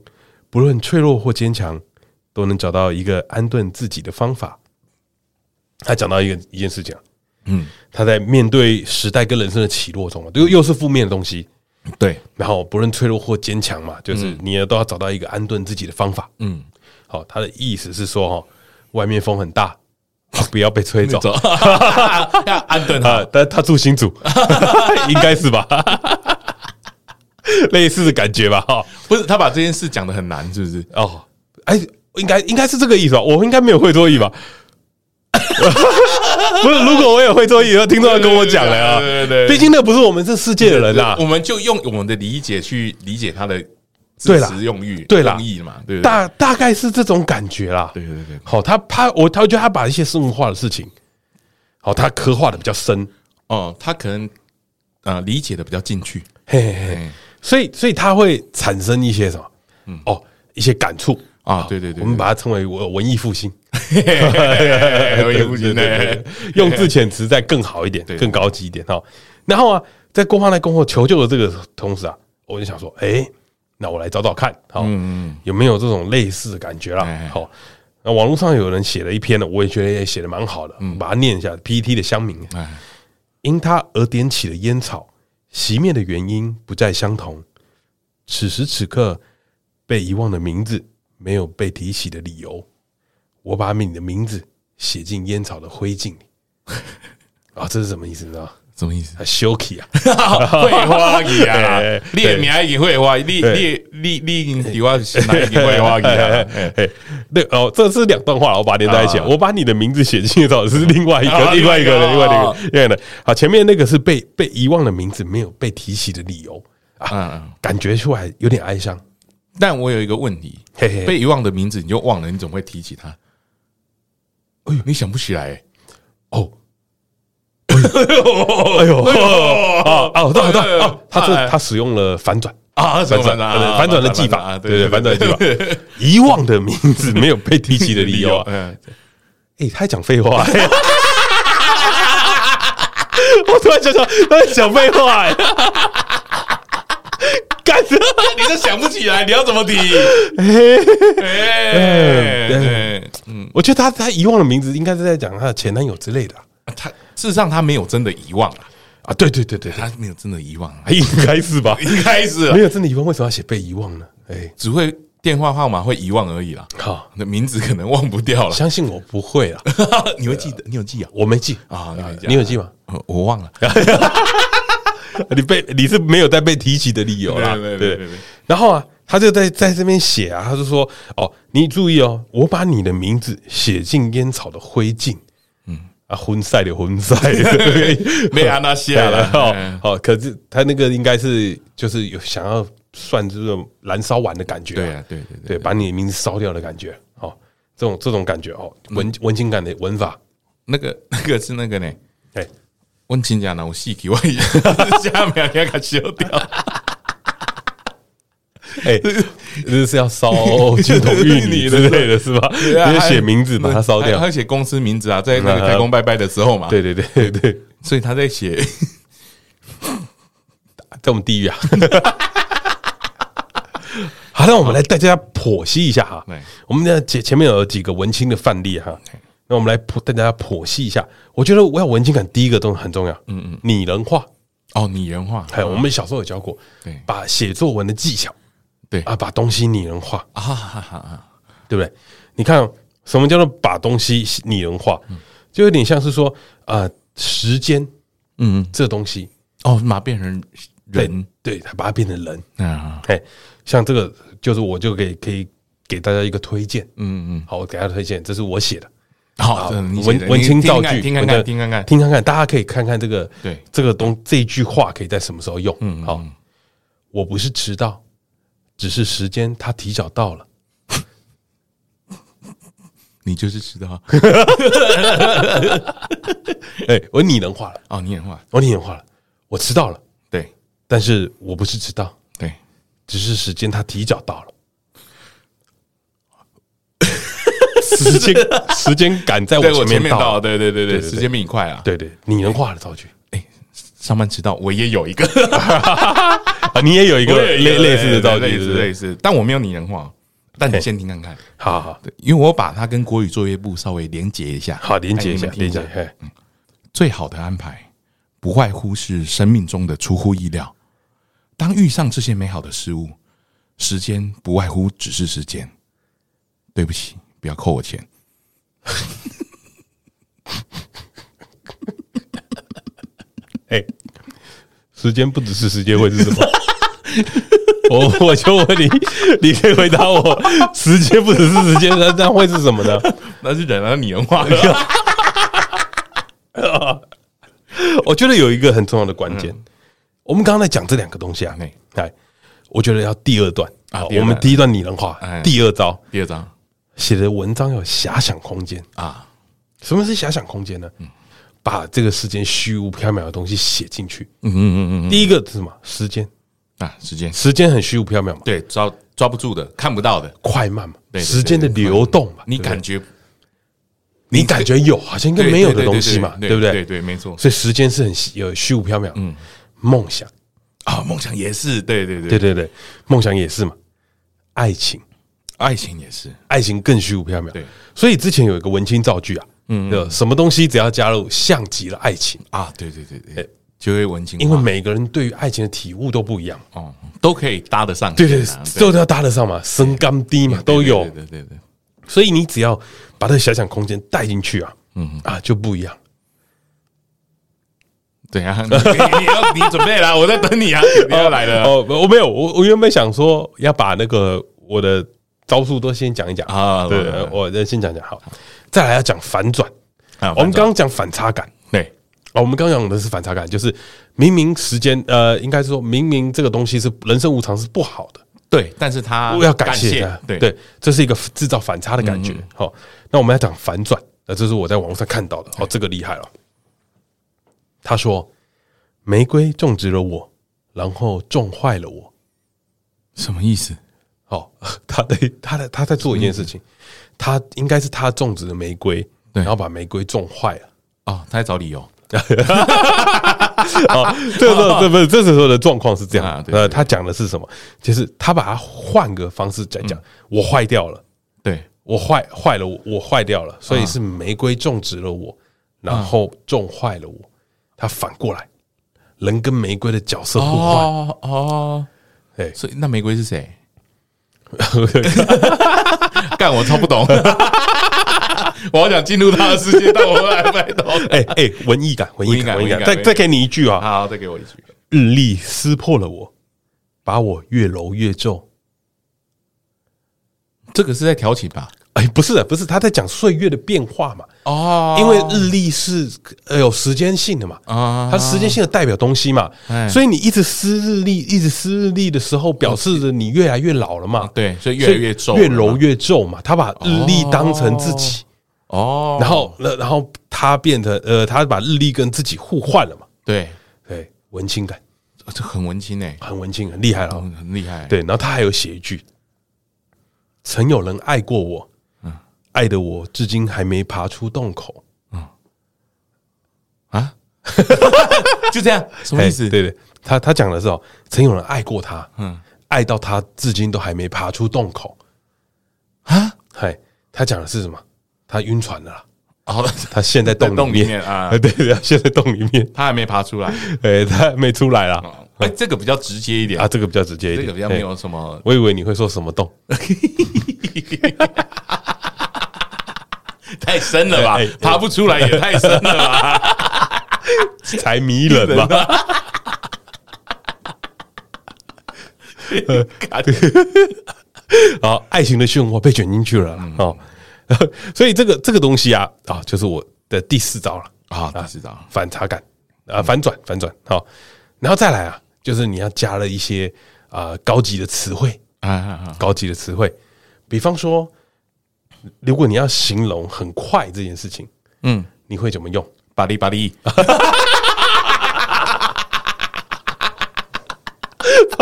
Speaker 1: 不论脆弱或坚强，都能找到一个安顿自己的方法。他讲到一个一件事情，啊
Speaker 2: 嗯，
Speaker 1: 他在面对时代跟人生的起落中嘛，啊又又是负面的东西，
Speaker 2: 对，
Speaker 1: 然后不论脆弱或坚强嘛，就是你也都要找到一个安顿自己的方法。
Speaker 2: 嗯，
Speaker 1: 好，他的意思是说，哈，外面风很大，不要被吹
Speaker 2: *laughs*
Speaker 1: 走。
Speaker 2: 走，要安顿好
Speaker 1: 啊，但他住新
Speaker 2: *laughs*
Speaker 1: 竹，应该是吧？ *laughs* 类似的感觉吧？哈，
Speaker 2: 不是他把这件事讲的很难，是不是？
Speaker 1: 哦，哎，应该应该是这个意思吧？我应该没有会作意吧？ *laughs* 不是，如果我有会作意，然后听众要跟我讲了啊，
Speaker 2: 对对对对对
Speaker 1: 毕竟那不是我们这世界的人啊啦
Speaker 2: 我。们就用我们的理解去理解他的
Speaker 1: 对
Speaker 2: 字
Speaker 1: 啦
Speaker 2: 词用语，
Speaker 1: 对啦
Speaker 2: 用意嘛，对不对？
Speaker 1: 大大概是这种感觉啦。
Speaker 2: 对对对，
Speaker 1: 好，他他我他我觉得他把一些生活化的事情，好，他刻画的比较深，
Speaker 2: 哦，他可能呃理解的比较进
Speaker 1: *laughs*
Speaker 2: 去，
Speaker 1: 嘿嘿嘿，
Speaker 2: 哎
Speaker 1: 所以所以他会产生一些什么？哦，一些感触。
Speaker 2: 嗯啊，对对对，
Speaker 1: 我们把它称为文文艺复
Speaker 2: *laughs*
Speaker 1: 兴，
Speaker 2: 有哎也不行呢，
Speaker 1: *laughs* 对对对用字遣词再更好一点
Speaker 2: 对，
Speaker 1: 更高级一点哈。然后啊，在郭胖在恭候求救的这个同时啊，我就想说，哎，那我来找找看，好，
Speaker 2: 嗯
Speaker 1: 有没有这种类似的感觉啦
Speaker 2: 哎？
Speaker 1: 好，那网络上有人写了一篇呢，我也觉得也写的蛮好的，
Speaker 2: 嗯
Speaker 1: 把它念一下。PPT 的乡民，
Speaker 2: 哎，
Speaker 1: 因它而点起的烟草，熄灭的原因不再相同。此时此刻，被遗忘的名字，没有被提起的理由。我把你的名字写进烟草的灰烬里。 *laughs* 啊，这是什么意思？你知道吗？
Speaker 2: 什么
Speaker 1: *laughs*
Speaker 2: 意思？ *laughs*
Speaker 1: 啊，Shoki 啊，
Speaker 2: 会花语啊
Speaker 1: 哎，
Speaker 2: 你的名也会花，你你你你你我是哪一个会花语啊？哎
Speaker 1: 嘿， *laughs* 对哦，这是两段话，我把它连在一起。
Speaker 2: 啊
Speaker 1: 我把你的名字写进烟草是另外一个
Speaker 2: 啊，
Speaker 1: 另外一个人，另
Speaker 2: 另外
Speaker 1: 外
Speaker 2: 一
Speaker 1: 一
Speaker 2: 个
Speaker 1: 个人，另外一个人。好，前面那个是被被遗忘的名字，没有被提起的理由啊，
Speaker 2: 嗯，嗯
Speaker 1: 感觉出来有点哀伤。
Speaker 2: 但我有一个问题，
Speaker 1: 嘿嘿，
Speaker 2: 被遗忘的名字你就忘了，你怎么会提起他？哎呦，你想不起来欸？
Speaker 1: 哦，哎呦，哎呦，哦哦，对对哦，他这他使用了反转。
Speaker 2: 啊，什么反转
Speaker 1: 呃
Speaker 2: 啊？
Speaker 1: 反转的技法，
Speaker 2: 啊
Speaker 1: 对对，反转的技法，遗忘的名 *laughs* 字没有被提起的理由啊，
Speaker 2: 嗯，
Speaker 1: 哎，他还讲废话， *laughs* 哎我突然想到他在讲废话，哎干什么？
Speaker 2: 你都想不起来，你要怎么提？哎
Speaker 1: 哎
Speaker 2: 哎，嗯，
Speaker 1: 我觉得他他遗忘的名字应该是在讲他的前男友之类的啊
Speaker 2: 他事实上他没有真的遗忘啊，
Speaker 1: 啊，对对对对， *laughs* 对
Speaker 2: 他没有真的遗忘啊，
Speaker 1: 应该是吧？
Speaker 2: 应该是啊
Speaker 1: 没有真的遗忘，为什么要写被遗忘呢？哎，
Speaker 2: 只会电话号码会遗忘而已啦，
Speaker 1: 好，
Speaker 2: 那名字可能忘不掉了。
Speaker 1: *laughs* 相信我不会啊， *laughs*
Speaker 2: 你会记得？你有记啊？
Speaker 1: 我没记
Speaker 2: 啊你没记啊
Speaker 1: 你有记吗？
Speaker 2: 呃我忘了。
Speaker 1: *laughs* 你被你是没有再被提起的理由啦，
Speaker 2: 对对对对对
Speaker 1: 然后啊，他就在在这边写啊，他就说：“哦，你注意哦，我把你的名字写进烟草的灰烬，嗯啊，昏晒的昏 *laughs* 晒，
Speaker 2: 没安那西
Speaker 1: *laughs* 对
Speaker 2: 亚
Speaker 1: 了
Speaker 2: 了。
Speaker 1: 哦，好，可是他那个应该是就是有想要算这种燃烧完的感觉、
Speaker 2: 对啊，对对对，
Speaker 1: 对，把你的名字烧掉的感觉，哦，这种这种感觉哦，文文情感的文法，
Speaker 2: 那个那个是那个呢。
Speaker 1: 哎，
Speaker 2: 我真正有死去，我一下面要给它烧掉。
Speaker 1: 哎，这是要
Speaker 2: *laughs*
Speaker 1: 烧金童玉女之类的是吧？ *laughs* 直
Speaker 2: 对啊
Speaker 1: 接写名字把它烧掉
Speaker 2: 还。有写公司名字啊，在那
Speaker 1: *laughs*
Speaker 2: 个开工拜拜的时候嘛。，
Speaker 1: 对对对对对，
Speaker 2: 所以他
Speaker 1: *laughs*
Speaker 2: 在写，
Speaker 1: 这种地狱啊！ *laughs* 好，那我们来带大家剖析一下哈
Speaker 2: 对。
Speaker 1: 我们的前前面有几个文青的范例哈，那我们来剖带大家剖析一下。我觉得我要文青感，第一个东西很重要，嗯嗯，拟人化。
Speaker 2: 哦，拟人化，
Speaker 1: 哎，我们小时候有教过，
Speaker 2: 对
Speaker 1: 把写作文的技巧
Speaker 2: 对啊
Speaker 1: 啊，把东西拟人化，
Speaker 2: 啊哈哈哈，
Speaker 1: 对不对？你看哦什么叫做把东西拟人化，就有点像是说啊、呃时间
Speaker 2: 嗯，嗯
Speaker 1: 这东西，
Speaker 2: 哦，马变成人
Speaker 1: 对，对，它把它变成人。
Speaker 2: 啊，
Speaker 1: 哎，像这个就是我就给可以给大家一个推荐，
Speaker 2: 嗯嗯，
Speaker 1: 好，我给大家推荐，这是我写的，啊
Speaker 2: 好，真的你写的
Speaker 1: 文文
Speaker 2: 你
Speaker 1: 青
Speaker 2: 听
Speaker 1: 造
Speaker 2: 看
Speaker 1: 句，
Speaker 2: 听看
Speaker 1: 我的
Speaker 2: 看，听看看，
Speaker 1: 听看看，大家可以看看这个，
Speaker 2: 对
Speaker 1: 这个东这一句话可以在什么时候用？
Speaker 2: 嗯嗯
Speaker 1: 好，我不是迟到，只是时间他提早到了。
Speaker 2: 你就是
Speaker 1: *laughs*
Speaker 2: 知道
Speaker 1: 哎，我拟人化了，
Speaker 2: 哦，你也画
Speaker 1: 我拟人化了，我迟到了，
Speaker 2: 对
Speaker 1: 但是我不是迟到，
Speaker 2: 对，
Speaker 1: 只是时间他提早到了。 *laughs* 时
Speaker 2: *laughs*
Speaker 1: 间时间赶在
Speaker 2: 对
Speaker 1: 我
Speaker 2: 我
Speaker 1: 前
Speaker 2: 前
Speaker 1: 面
Speaker 2: 面
Speaker 1: 到
Speaker 2: 到，
Speaker 1: 了，
Speaker 2: 对对对
Speaker 1: 对
Speaker 2: 对，
Speaker 1: 对
Speaker 2: 时间比你快啊。
Speaker 1: 对对，拟人化的造句
Speaker 2: 上班迟到我也有一个，
Speaker 1: 啊，你也 *laughs* 有一个类类似的造句，
Speaker 2: 类
Speaker 1: 是
Speaker 2: 似
Speaker 1: 不是
Speaker 2: 类似，但我没有拟人化，但你先听看看。
Speaker 1: 好好
Speaker 2: 对，因为我把它跟国语作业部稍微连结一下，
Speaker 1: 好，连接一下，
Speaker 2: 哎你们听
Speaker 1: 连接，嘿，
Speaker 2: 最好的安排，不外乎是生命中的出乎意料。当遇上这些美好的事物，时间不外乎只是时间。对不起，不要扣我钱。
Speaker 1: 哎，时间不只是时间会是什么？ *laughs* 我我就问你，你可以回答我，时间不只是时间，那那会是什么呢？
Speaker 2: 那是人啊，拟人化。
Speaker 1: *laughs* 我觉得有一个很重要的关键，
Speaker 2: 嗯
Speaker 1: 我们刚刚在讲这两个东西啊
Speaker 2: 哎，
Speaker 1: 哎，我觉得要第二段
Speaker 2: 啊
Speaker 1: 好
Speaker 2: 第二
Speaker 1: 我们
Speaker 2: 段
Speaker 1: 第一段拟人化
Speaker 2: 哎，
Speaker 1: 第二招
Speaker 2: *laughs* 第二章
Speaker 1: 写的文章有遐想空间。
Speaker 2: 啊，
Speaker 1: 什么是遐想空间呢？
Speaker 2: 嗯
Speaker 1: 把这个世间虚无缥缈的东西写进去。
Speaker 2: 嗯嗯嗯
Speaker 1: 第一个是什么？时间，
Speaker 2: 嗯，啊，时间
Speaker 1: 时间很虚无缥缈嘛，
Speaker 2: 对抓抓不住的，看不到的，
Speaker 1: 快慢嘛，
Speaker 2: 对对
Speaker 1: 时间的流动嘛，
Speaker 2: 你
Speaker 1: 对不对
Speaker 2: 感觉
Speaker 1: 你感觉有，好像应该
Speaker 2: 对
Speaker 1: 没有的
Speaker 2: 对对
Speaker 1: 东西嘛，
Speaker 2: 对
Speaker 1: 对不
Speaker 2: 对
Speaker 1: 对？
Speaker 2: 对，没错
Speaker 1: 所以时间是很虚有虚无缥缈，嗯，梦想，
Speaker 2: 啊，梦想也是，对对对
Speaker 1: 对对对，梦想也是嘛，爱情，
Speaker 2: 爱情也是，
Speaker 1: 爱情更虚无缥缈
Speaker 2: 对。
Speaker 1: 所以之前有一个文青造句啊，嗯，对吧什么东西只要加入，像极了爱情，
Speaker 2: 啊，对对对对，就会文青化，
Speaker 1: 因为每个人对于爱情的体悟都不一样。
Speaker 2: 哦都可以搭得上
Speaker 1: 对
Speaker 2: 线
Speaker 1: 对
Speaker 2: 啊，
Speaker 1: 对，都要搭得上嘛，身高低嘛，都有
Speaker 2: 对。对对对对，
Speaker 1: 所以你只要把这个遐想空间带进去啊，嗯啊就不一样。
Speaker 2: 怎样？你你要你准备啦，我在等你啊，你要
Speaker 1: *laughs*
Speaker 2: 来了
Speaker 1: 哦，我没有，我我原本想说要把那个我的招数都先讲一讲
Speaker 2: 啊
Speaker 1: 哦对
Speaker 2: 来来，来
Speaker 1: 我先讲讲好，再来要讲反转。
Speaker 2: 啊！
Speaker 1: 我们
Speaker 2: 反
Speaker 1: 刚
Speaker 2: 正
Speaker 1: 刚讲反差感，
Speaker 2: 对
Speaker 1: 哦，我们刚刚讲的是反差感，就是明明时间，呃，应该是说明明这个东西是人生无常是不好的，
Speaker 2: 对，但是他
Speaker 1: 我要感谢他，
Speaker 2: 啊对
Speaker 1: 对，这是一个制造反差的感觉。好、那我们要讲反转，那这是我在网上看到的，哦，这个厉害了。他说：“玫瑰种植了我，然后种坏了我。
Speaker 2: 什么意思？”
Speaker 1: 哦， *laughs* 他在他在他在做一件事情，他应该是他种植的玫瑰，
Speaker 2: 对
Speaker 1: 然后把玫瑰种坏了。
Speaker 2: 哦，他在找理由
Speaker 1: 哦，这时候这不是这时候的状况是这
Speaker 2: 啊
Speaker 1: 样。
Speaker 2: 对
Speaker 1: 呃，
Speaker 2: 对
Speaker 1: 他讲的是什么？就是他把它换个方式讲
Speaker 2: 嗯
Speaker 1: 讲，我坏掉了。
Speaker 2: 对
Speaker 1: 我坏坏了我，我坏掉了，所
Speaker 2: 啊
Speaker 1: 以是玫瑰种植了我，然后种坏了我。它反过来，人跟玫瑰的角色互换，
Speaker 2: 哦哦，
Speaker 1: 哎、
Speaker 2: 所以那玫瑰是谁？ *laughs* 干我超不懂， *laughs* 我好想进入他的世界，但我后来没懂。
Speaker 1: *laughs* 哎哎，文艺感，文艺感，文
Speaker 2: 文艺
Speaker 1: 艺
Speaker 2: 感
Speaker 1: 感。再
Speaker 2: 文艺感
Speaker 1: 再给你一句啊，
Speaker 2: *laughs* 好，再给我一句。
Speaker 1: 日历撕破了我，把我越揉越皱。
Speaker 2: 这个是在调情吧？
Speaker 1: 哎，不是的，不是，他在讲岁月的变化嘛，
Speaker 2: 哦
Speaker 1: 因为日历是呃有时间性的嘛，
Speaker 2: 啊
Speaker 1: 它时间性的代表东西嘛
Speaker 2: 哎，
Speaker 1: 所以你一直撕日历，一直撕日历的时候，表示着你越来越老了嘛，
Speaker 2: 对，所以越来越皱，
Speaker 1: 越揉越皱嘛。他把日历当成自己，
Speaker 2: 哦，
Speaker 1: 然后那然后他变成呃，他把日历跟自己互换了嘛。
Speaker 2: 对，
Speaker 1: 对，文青感
Speaker 2: 这很文青诶，
Speaker 1: 很文青，很厉害了哦。
Speaker 2: 很很厉害。
Speaker 1: 对，然后他还有写一句：“曾有人爱过我，
Speaker 2: 嗯
Speaker 1: 爱的我至今还没爬出洞口。
Speaker 2: 啊， *laughs* 就这样，”什么意思？
Speaker 1: 哎对对，他他讲的是哦，曾有人爱过他，
Speaker 2: 嗯
Speaker 1: 爱到他至今都还没爬出洞口。
Speaker 2: 啊，
Speaker 1: 嗨，他讲的是什么？他晕船了啦，
Speaker 2: 好了，
Speaker 1: 他陷在
Speaker 2: 在
Speaker 1: 洞
Speaker 2: 洞
Speaker 1: 里
Speaker 2: 里
Speaker 1: 面
Speaker 2: 面啊
Speaker 1: *laughs* 哎，对对，他陷在洞里面。
Speaker 2: 他还没爬 *laughs* 出来。
Speaker 1: 哎，他没出来啦。
Speaker 2: 哎，这个比较直接一点
Speaker 1: 啊，，这个比较直接一
Speaker 2: 这
Speaker 1: 点，
Speaker 2: 个比较没
Speaker 1: 哎。
Speaker 2: 有什么
Speaker 1: 我以为你会说什么洞，
Speaker 2: 太深了吧
Speaker 1: 哎哎？
Speaker 2: 爬不出来也太深了 *laughs* 吧？
Speaker 1: 才迷人嘛。 *laughs* 啊，爱情的漩涡被卷进去了啦哦。 *laughs* 所以这个这个东西啊啊，就是我的第四招了，
Speaker 2: 啊，大市长，
Speaker 1: 反差感啊，反转反转好，然后再来啊，就是你要加了一些啊高级的词汇，
Speaker 2: 啊啊啊，
Speaker 1: 高级的词汇，比方说如果你要形容很快这件事情，
Speaker 2: 嗯，
Speaker 1: 你会怎么用？ *laughs*
Speaker 2: 巴黎巴 *laughs* 黎，
Speaker 1: 巴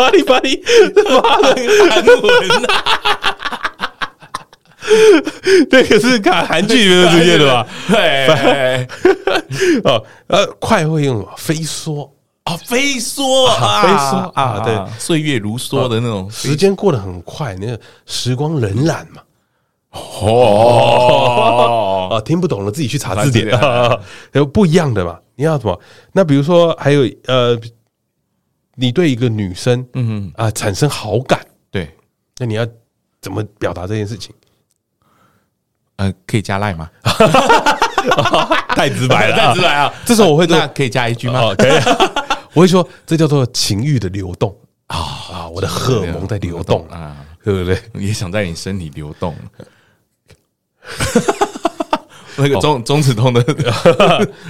Speaker 1: 黎巴黎，妈的，
Speaker 2: 韩文啊，
Speaker 1: 这个是看韩剧里面的出现的吧？
Speaker 2: *laughs* 对，
Speaker 1: *laughs* 哦，呃，快会用什么飞梭，
Speaker 2: 啊，飞梭啊，
Speaker 1: 飞梭啊对，
Speaker 2: 岁月如梭的那 *laughs* 种
Speaker 1: 时间过得很快，那个时光荏苒嘛。
Speaker 2: 哦，
Speaker 1: 啊，听不懂了自己去查
Speaker 2: 查
Speaker 1: 字
Speaker 2: 字
Speaker 1: 典
Speaker 2: 典
Speaker 1: *laughs* 啊，有不一样的嘛？你要什么？那比如说还有呃，你对一个女生
Speaker 2: 嗯，
Speaker 1: 啊、产生好感，
Speaker 2: 对，
Speaker 1: 那你要怎么表达这件事情？
Speaker 2: 呃，可以加赖吗？
Speaker 1: 太直
Speaker 2: *laughs* 再直白啊，
Speaker 1: *laughs* 这时候我会做
Speaker 2: 那可以加一句吗？
Speaker 1: 哦，可以，我会说这叫做情欲的流动啊啊，我的荷尔蒙在流动啊，
Speaker 2: 啊，
Speaker 1: 对不对？
Speaker 2: 也想在你身体流动。那个
Speaker 1: 哦
Speaker 2: 中中指痛的，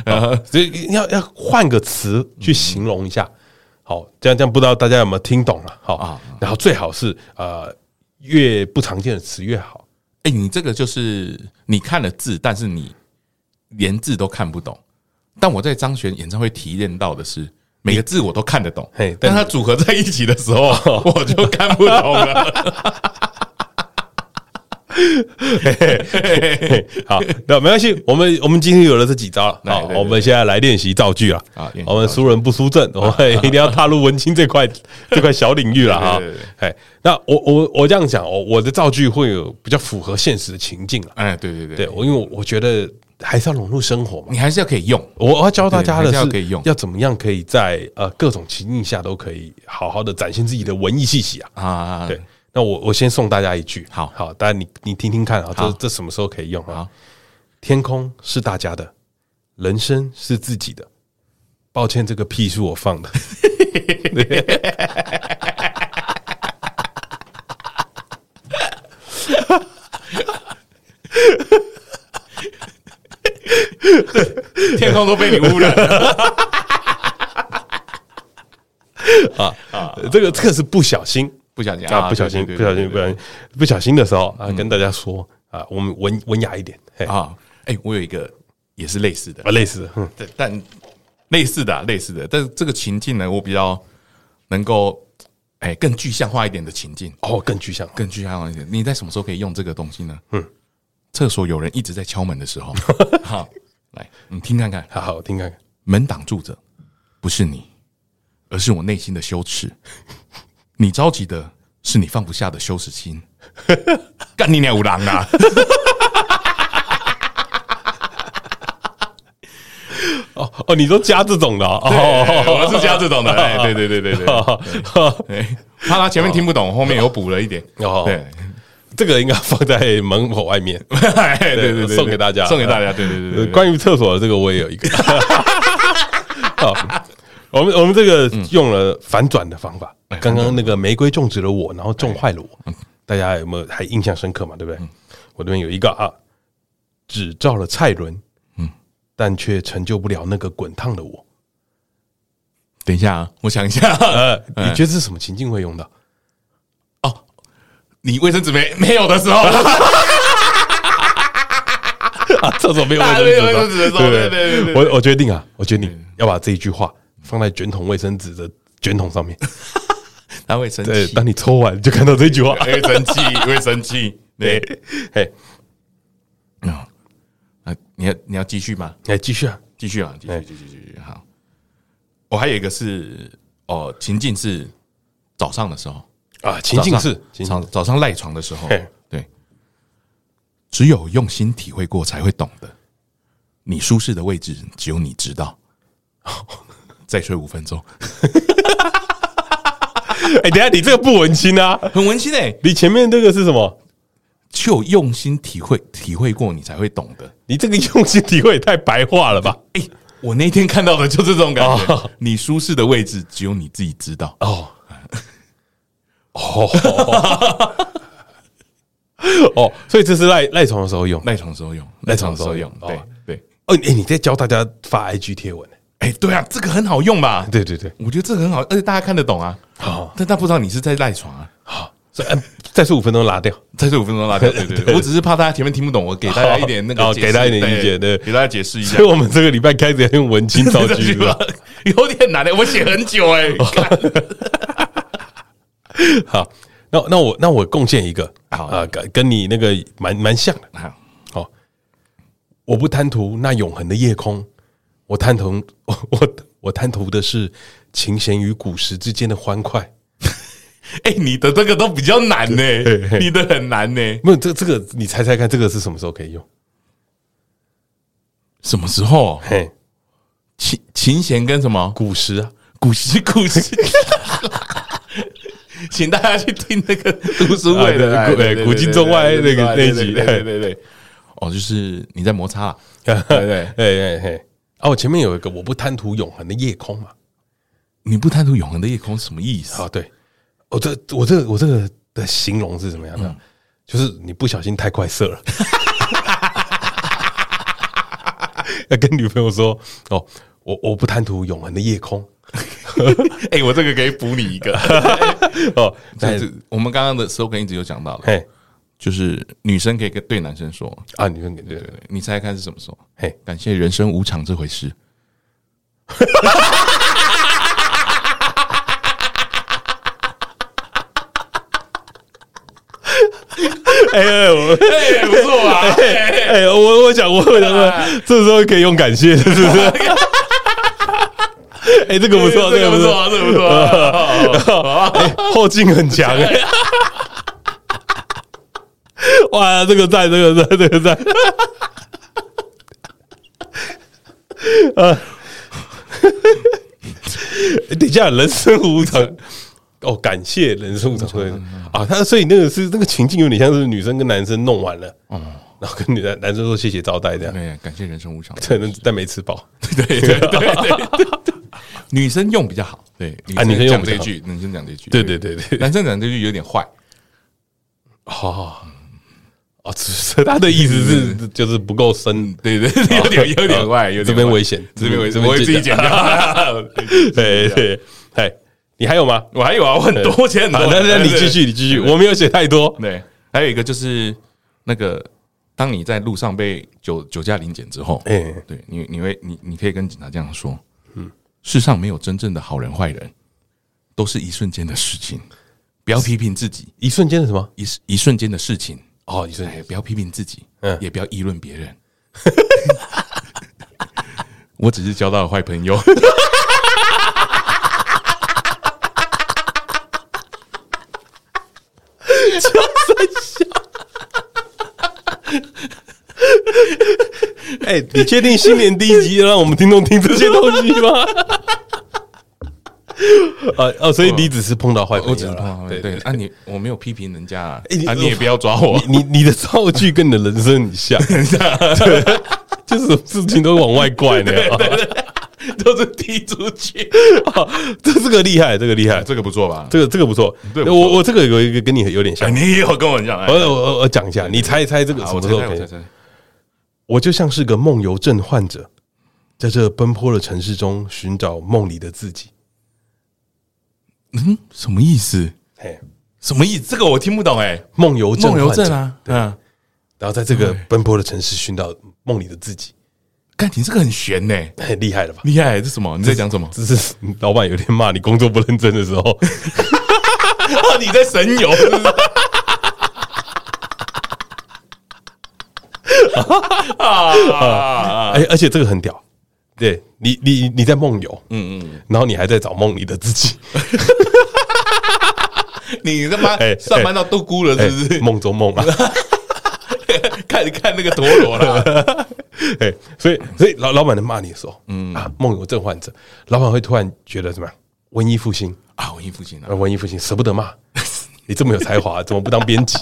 Speaker 2: 呃
Speaker 1: 所以你要要换个词去形容一下。好，这样这样不知道大家有没有听懂了？好
Speaker 2: 啊
Speaker 1: 啊，然后最好是呃越不常见的词越好。 *laughs*
Speaker 2: 哎、你这个就是你看了字，但是你连字都看不懂。但我在张悬演唱会体验到的是，每个字我都看得懂
Speaker 1: 嘿，
Speaker 2: 但
Speaker 1: 但哦
Speaker 2: 它组合在一起的时候，我就看不懂了。
Speaker 1: 嘿好，那没关系，我们我们今天有了这几招了，
Speaker 2: 对
Speaker 1: 好，
Speaker 2: 对对
Speaker 1: 我们现在来练习造句啊
Speaker 2: 好练习造句啊
Speaker 1: 我们输人不输阵，我
Speaker 2: *laughs*
Speaker 1: 们一定要踏入文青这块这块小领域了哈
Speaker 2: 对对对。
Speaker 1: 哎，那我我我这样讲哦，我的造句会有比较符合现实的情境了。
Speaker 2: 哎，对对对，
Speaker 1: 对我，因为我我觉得还是要融入生活嘛。
Speaker 2: 你还是要可以用。
Speaker 1: 我要教大家的
Speaker 2: 对还是
Speaker 1: 是
Speaker 2: 要可以用
Speaker 1: 要怎么样可以在呃各种情境下都可以好好的展现自己的文艺气息啊。
Speaker 2: 啊，
Speaker 1: 对，，那我我先送大家一句，
Speaker 2: 好
Speaker 1: 好，大家你你听听看啊，
Speaker 2: 好
Speaker 1: 这这什么时候可以用啊
Speaker 2: 好？
Speaker 1: 天空是大家的，人生是自己的。抱歉，这个屁是我放
Speaker 2: *laughs*
Speaker 1: 的。
Speaker 2: 天空都被你污染 *laughs* 了。
Speaker 1: 啊这个这个是不小心
Speaker 2: 不小心
Speaker 1: 啊，不小心，
Speaker 2: 对
Speaker 1: 不
Speaker 2: 对
Speaker 1: 小
Speaker 2: 对嗯
Speaker 1: 心，不小心，不小心的时候啊，跟大家说啊，我们文文雅一点，嘿，啊，
Speaker 2: 啊，哎、我有一个也是类似的，
Speaker 1: 类似嗯的，哼
Speaker 2: 但但类似的、啊、类似的，但是这个情境呢，我比较能够哎、更具象化一点的情境，
Speaker 1: 哦，更具象，
Speaker 2: 更具象化一点。你在什么时候可以用这个东西呢？嗯，厕所有人一直在敲门
Speaker 1: *laughs*
Speaker 2: 的时候，好，来你听看看，
Speaker 1: 好好听看看。
Speaker 2: 门挡住着，不是你，而是我内心的羞耻。你着急的是你放不下的羞耻
Speaker 1: *laughs*
Speaker 2: 心。干你娘五郎啊！
Speaker 1: 哦哦，你都加这种的哦，
Speaker 2: *laughs* 哦，我是加这种的，哎，对对对对对。
Speaker 1: 哦，
Speaker 2: 对，怕他前面听不懂，后面有补了一点。
Speaker 1: 哦
Speaker 2: 对，
Speaker 1: 这个应该放在门口外面，
Speaker 2: *laughs* 哎对对对，对
Speaker 1: 送给大家
Speaker 2: 送给大家。对对对对
Speaker 1: 呃
Speaker 2: 对，
Speaker 1: 关于厕所的这个我也有一
Speaker 2: *laughs*
Speaker 1: 个。 *laughs* 好，我们我们这个
Speaker 2: 嗯
Speaker 1: 用了反转的方法。
Speaker 2: 哎
Speaker 1: 刚刚那个玫瑰种植了我，然后种坏了我，大家有没有还印象深刻嘛？对不对？
Speaker 2: 嗯
Speaker 1: 我这边有一个啊，只照了蔡伦，
Speaker 2: 嗯
Speaker 1: 嗯，但却成就不了那个滚烫的我。
Speaker 2: 等一下啊，我想一下 *laughs* 啊。
Speaker 1: 呃，你觉得是什么情境会用到？
Speaker 2: 哦，你卫生纸没没有
Speaker 1: *laughs*
Speaker 2: 的时候，
Speaker 1: 厕所没有卫
Speaker 2: 啊
Speaker 1: 生
Speaker 2: 没
Speaker 1: 纸
Speaker 2: 有卫生纸的
Speaker 1: 的
Speaker 2: 时
Speaker 1: 时
Speaker 2: 候
Speaker 1: 候，
Speaker 2: 对
Speaker 1: 对
Speaker 2: 对
Speaker 1: 对对，
Speaker 2: 对
Speaker 1: 我我决定啊，我决定要把这一句话放在卷筒卫生纸的卷筒上面。
Speaker 2: 他会生
Speaker 1: *laughs* 对，
Speaker 2: 气，
Speaker 1: 当你抽完就看到这句话
Speaker 2: 他。会
Speaker 1: *laughs*
Speaker 2: 生气，会生气。对，
Speaker 1: 嘿，
Speaker 2: 啊，你要你要继续吗？
Speaker 1: 来继续啊，
Speaker 2: 继续啊，继续
Speaker 1: 哎
Speaker 2: 继续继续。好，我还有一个是哦，情境是早上的时候，
Speaker 1: 啊，情境是情
Speaker 2: 早
Speaker 1: 境，
Speaker 2: 早上赖床的时候
Speaker 1: 嘿，
Speaker 2: 对，只有用心体会过才会懂的。你舒适的位置，只有你
Speaker 1: *laughs*
Speaker 2: 知道。再睡五分钟，
Speaker 1: 哎，等一下你这个不文青 *laughs* 啊，
Speaker 2: 很文青诶、
Speaker 1: 你前面这个是什么？
Speaker 2: 只有用心体会体会过，你才会懂的。
Speaker 1: 你这个用心体会也太白话了吧？
Speaker 2: 哎、我那天看到的就是这种感觉。
Speaker 1: 哦
Speaker 2: 你舒适的位置，只有你自己知道。
Speaker 1: 哦， *laughs* 哦，哦，所以这是赖赖床的时候用。
Speaker 2: 赖床的时候用，
Speaker 1: 赖床的时候
Speaker 2: 用
Speaker 1: 用，
Speaker 2: 对
Speaker 1: 哦
Speaker 2: 对。
Speaker 1: 哦，哎，你在教大家发 IG 贴文？
Speaker 2: 哎、对啊，这个很好用吧？
Speaker 1: 对对对，
Speaker 2: 我觉得这个很好，而且大家看得懂啊。
Speaker 1: 好，
Speaker 2: 但但不知道你是在赖床啊。
Speaker 1: 好，所以嗯再是五分钟拉掉。
Speaker 2: 再是五分钟
Speaker 1: *laughs*
Speaker 2: 拉掉。对对对，我只是怕大家前面听不懂，我给大家一点那
Speaker 1: 好
Speaker 2: 个解释，
Speaker 1: 哦给大家一点意见对
Speaker 2: 给大家解释一
Speaker 1: *laughs*
Speaker 2: 下
Speaker 1: 所以。我们这个礼拜开始要用文青 *laughs* 造句
Speaker 2: 这句
Speaker 1: 了
Speaker 2: 话。 *laughs* 有点难的，欸我写很久哎、
Speaker 1: *laughs*
Speaker 2: 看
Speaker 1: 好，那那我那我贡献一个，
Speaker 2: 好
Speaker 1: 啊，跟跟你那个蛮蛮像的。
Speaker 2: 好
Speaker 1: 好，我不贪图那永恒的夜空，我贪图 *laughs* 我我我贪图的是琴弦与古时之间的欢快。
Speaker 2: 哎、你的这个都比较难呢、你的很难欸呢、
Speaker 1: 没有这这个，你猜猜看，这个是什么时候可以用？
Speaker 2: 什么时候？
Speaker 1: 嘿，
Speaker 2: 琴琴弦跟什么？
Speaker 1: 古时啊，
Speaker 2: 古诗古诗， *laughs* 请大家去听那
Speaker 1: *laughs*
Speaker 2: 个读书会的，
Speaker 1: 啊对对对古今中外那个那一集哎
Speaker 2: 对对对对。对哦，就是你在摩擦啦，
Speaker 1: 对 *laughs*
Speaker 2: 对
Speaker 1: 哎哎哎，哦，我前面有一个，我不贪图永恒的夜空嘛。
Speaker 2: 你不贪图永恒的夜空什么意思？
Speaker 1: 啊，对，我这我这我这个的形容是怎么样的？就是你不小心太快射了， *laughs* 要跟女朋友说哦，我我不贪图永恒的夜空
Speaker 2: *laughs* 哎、我这个可以补你一个。
Speaker 1: 哦，
Speaker 2: 但
Speaker 1: 但是
Speaker 2: 是我们刚刚的 slogan 一直有讲到了，
Speaker 1: 嘿
Speaker 2: 就是女生可以跟对男生说，
Speaker 1: 啊，你说你对
Speaker 2: 对对，你猜猜看是什么时候？
Speaker 1: 嘿，
Speaker 2: 感谢人生无常这回事。
Speaker 1: 哎哎我
Speaker 2: 哎，不错啊，
Speaker 1: 哎我我想我想说， *laughs* 这时候可以用感谢的，是 *laughs* 不是？哎，这个不错，这个不错，
Speaker 2: 这个不错
Speaker 1: *laughs*
Speaker 2: 啊。
Speaker 1: 哎后劲很强 *laughs* 哎、哇，这个赞，这个赞，这个 *laughs* 赞。呃， *laughs* 等一下，人生无常。哦，感谢人生无常对啊！他所以那个是那个情境有点像是女生跟男生弄完了，然后跟女男男生说谢谢招待这样，
Speaker 2: 对，哎感谢人生无常。
Speaker 1: 可能但没吃饱。
Speaker 2: 对对对对对，女生用比较好。对，
Speaker 1: 啊女生用
Speaker 2: 讲
Speaker 1: 比较
Speaker 2: 这
Speaker 1: 好
Speaker 2: 句，女生讲这句，
Speaker 1: 对对对对， *laughs*
Speaker 2: 男生讲这句有点坏。
Speaker 1: 哦哦，只是他的意思是就是不够深，
Speaker 2: 对对，对 *laughs* 有点有点坏，有点
Speaker 1: 哦这边
Speaker 2: 坏
Speaker 1: 危险
Speaker 2: 这边危
Speaker 1: 嗯这
Speaker 2: 险，
Speaker 1: 边
Speaker 2: 我会自己
Speaker 1: 剪 *laughs*
Speaker 2: 剪 *laughs* 掉。
Speaker 1: 对对，哎，你还有吗？
Speaker 2: 我还有啊，我很多，我写很
Speaker 1: 好，
Speaker 2: 多。
Speaker 1: 那那你继续，你继续，我没有写太多。
Speaker 2: 对，还有一个就是那个，当你在路上被酒酒驾临检之后，
Speaker 1: 哎，
Speaker 2: 对你你会你你可以跟警察这样说，嗯，世上没有真正的好人坏人，都是一瞬间的事情，不要批评自己，
Speaker 1: 一瞬间的什么？
Speaker 2: 一一瞬间的事情，
Speaker 1: 哦，一瞬
Speaker 2: 哎，
Speaker 1: 间，
Speaker 2: 不要批评自己，
Speaker 1: 嗯
Speaker 2: 也不要议论别人。 *laughs* 我只是交到了坏朋友，
Speaker 1: *laughs* 哎，你确定新年第一集让我们听众听这些东西吗？ *laughs* 呃哦，所以你只是碰到坏朋友
Speaker 2: 我只
Speaker 1: 啦，
Speaker 2: 是碰到
Speaker 1: 对
Speaker 2: 对
Speaker 1: 对。
Speaker 2: 对，啊你我没有批评人家啊
Speaker 1: 哎你，
Speaker 2: 啊你也不要抓我， *laughs*
Speaker 1: 你你的造句跟你的人生很像， *laughs* 对就是事情都往外怪那样。
Speaker 2: 都是踢出去，
Speaker 1: *laughs* 哦这这个厉害，这个厉害，
Speaker 2: 这个不错吧？
Speaker 1: 这个这个不错。
Speaker 2: 对不错
Speaker 1: 我我这个有一个跟你有点
Speaker 2: 哎
Speaker 1: 像，
Speaker 2: 你也有跟我一样，哎
Speaker 1: 我我我我讲一下，你猜一猜这个
Speaker 2: 好
Speaker 1: 什
Speaker 2: 我
Speaker 1: 么
Speaker 2: 猜
Speaker 1: 时候
Speaker 2: 猜，
Speaker 1: 可
Speaker 2: 我
Speaker 1: 以
Speaker 2: 猜？猜。
Speaker 1: 我就像是个梦游症患者，在这奔波的城市中寻找梦里的自己。
Speaker 2: 嗯，什么意思？
Speaker 1: 嘿，
Speaker 2: 什么意思？这个我听不懂哎、
Speaker 1: 梦游症，
Speaker 2: 梦游症！啊，嗯，
Speaker 1: 然后在这个奔波的城市寻找梦里的自己，
Speaker 2: 看你这个很悬呢、
Speaker 1: 很厉害了吧？
Speaker 2: 厉害、这什么？你在讲什 *laughs* 么？
Speaker 1: 这是 *laughs* 老板有天骂你工作不认真的时
Speaker 2: *laughs*
Speaker 1: 候，
Speaker 2: 哦你在神游是不是？啊！
Speaker 1: 哎，而且这个很屌。对你，你你在梦游，嗯嗯，然后你还在找梦里的自己，
Speaker 2: *laughs* 你他妈
Speaker 1: 哎哎
Speaker 2: *laughs* 上班到都咕了
Speaker 1: 哎
Speaker 2: 是不是？
Speaker 1: 梦中梦
Speaker 2: *laughs*
Speaker 1: 啊，
Speaker 2: 看看那个陀螺啦，
Speaker 1: 哎，所以所以老老板在骂你的时候，嗯啊，梦游症患者，老板会突然觉得怎么样？文艺复兴，
Speaker 2: *laughs* 啊！文艺复兴啊
Speaker 1: 呃，，文艺复兴舍不得
Speaker 2: *laughs*
Speaker 1: 骂，你这么有才华，怎么不当编辑？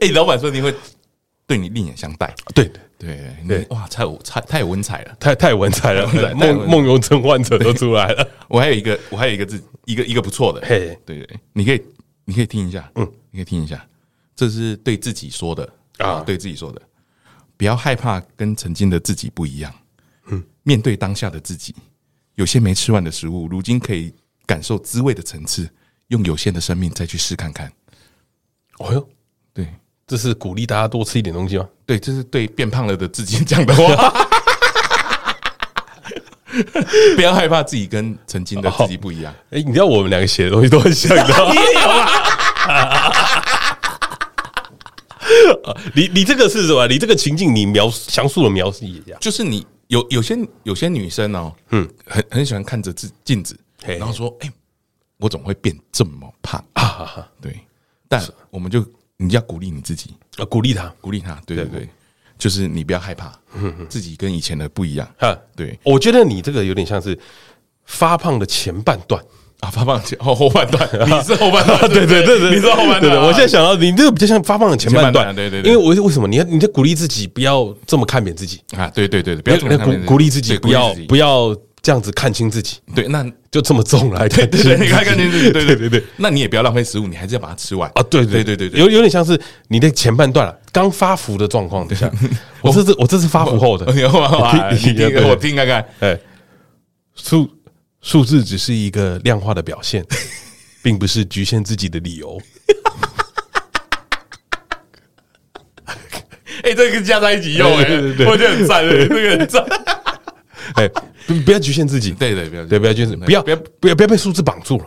Speaker 2: 哎，老板说你会对你另眼相待，
Speaker 1: 对，
Speaker 2: 对你
Speaker 1: 对
Speaker 2: 哇，太有太太有文采了。
Speaker 1: 太太有文采了
Speaker 2: 太有，文采
Speaker 1: 梦梦游症患者都出来了。
Speaker 2: 我还有一个，我还有一个字，一个一个不错的，
Speaker 1: 嘿，
Speaker 2: *laughs* 对对，你可以，你可以听一下，嗯，你可以听一下，这是对自己说的
Speaker 1: 啊
Speaker 2: 对自己说的，不要害怕跟曾经的自己不一样，嗯，面对当下的自己，有些没吃完的食物，如今可以感受滋味的层次，用有限的生命再去试看看。
Speaker 1: 哦哟，
Speaker 2: 对
Speaker 1: 这是鼓励大家多吃一点东西吗？
Speaker 2: 对，这是对变胖了的自己讲的 *laughs* 话。不要害怕自己跟曾经的自己不一样。
Speaker 1: 哎、你知道我们两个写的东西都很像，你知道
Speaker 2: *laughs*
Speaker 1: 吗？ *laughs* 啊你你这个是什么？你这个情境，你描详述的描述一下。
Speaker 2: 就是你有有些有些女生哦，嗯，很很喜欢看着自镜子，
Speaker 1: 嘿
Speaker 2: 然后说：“哎、我怎么会变这么胖
Speaker 1: 啊哈哈？”
Speaker 2: 对，但我们就你要鼓励你自己，
Speaker 1: 啊，鼓励他。
Speaker 2: 鼓励她，对对对，就是你不要害怕，自己跟以前的不一样。
Speaker 1: 哈，
Speaker 2: 对
Speaker 1: 我觉得你这个有点像是发胖的前半段。
Speaker 2: 啊，发胖前后后半段， *laughs* 你是后
Speaker 1: *laughs*
Speaker 2: 半段，对
Speaker 1: 对对对，
Speaker 2: 你是后半
Speaker 1: 对对
Speaker 2: 段啊。
Speaker 1: 我现在想到你这个比较像发胖的前半
Speaker 2: 前半
Speaker 1: 段，
Speaker 2: 段对对对
Speaker 1: 因为我为什么你要你在鼓励自己不要这么看扁自己，
Speaker 2: 啊，对对对，对不要总
Speaker 1: 那
Speaker 2: 看
Speaker 1: 鼓
Speaker 2: 别人
Speaker 1: 鼓励自己
Speaker 2: 对
Speaker 1: 不要
Speaker 2: 鼓励自己
Speaker 1: 不要这样子看清自己，
Speaker 2: 对，那
Speaker 1: 就这么重来看清
Speaker 2: 对，你看看
Speaker 1: 自
Speaker 2: 你
Speaker 1: 己
Speaker 2: 自己，对
Speaker 1: 对
Speaker 2: 对
Speaker 1: *laughs* 对
Speaker 2: 对
Speaker 1: 对
Speaker 2: 对，那你也不要浪费食物，你还是要把它吃完
Speaker 1: 啊，对
Speaker 2: 对
Speaker 1: 对
Speaker 2: 对对对，
Speaker 1: 有有点像是你的前半段了，啊刚发福的状况下，我这是我这是发福
Speaker 2: *laughs*
Speaker 1: 后的，
Speaker 2: 你后
Speaker 1: *laughs*
Speaker 2: 半哎你
Speaker 1: 对
Speaker 2: 听
Speaker 1: 对
Speaker 2: 我听看看，
Speaker 1: 哎，数数字只是一个量化的表 *laughs* 现，并不是局限自己的理由。
Speaker 2: 哎，这个加在一起用，哎
Speaker 1: 对对对，对
Speaker 2: 我觉得很赞，这个很赞，
Speaker 1: 哎，不不要局限自己，
Speaker 2: 对对，不要
Speaker 1: *laughs* 对，不要局限，不要
Speaker 2: 不
Speaker 1: 不
Speaker 2: 要
Speaker 1: 要不要不要被数字绑住了。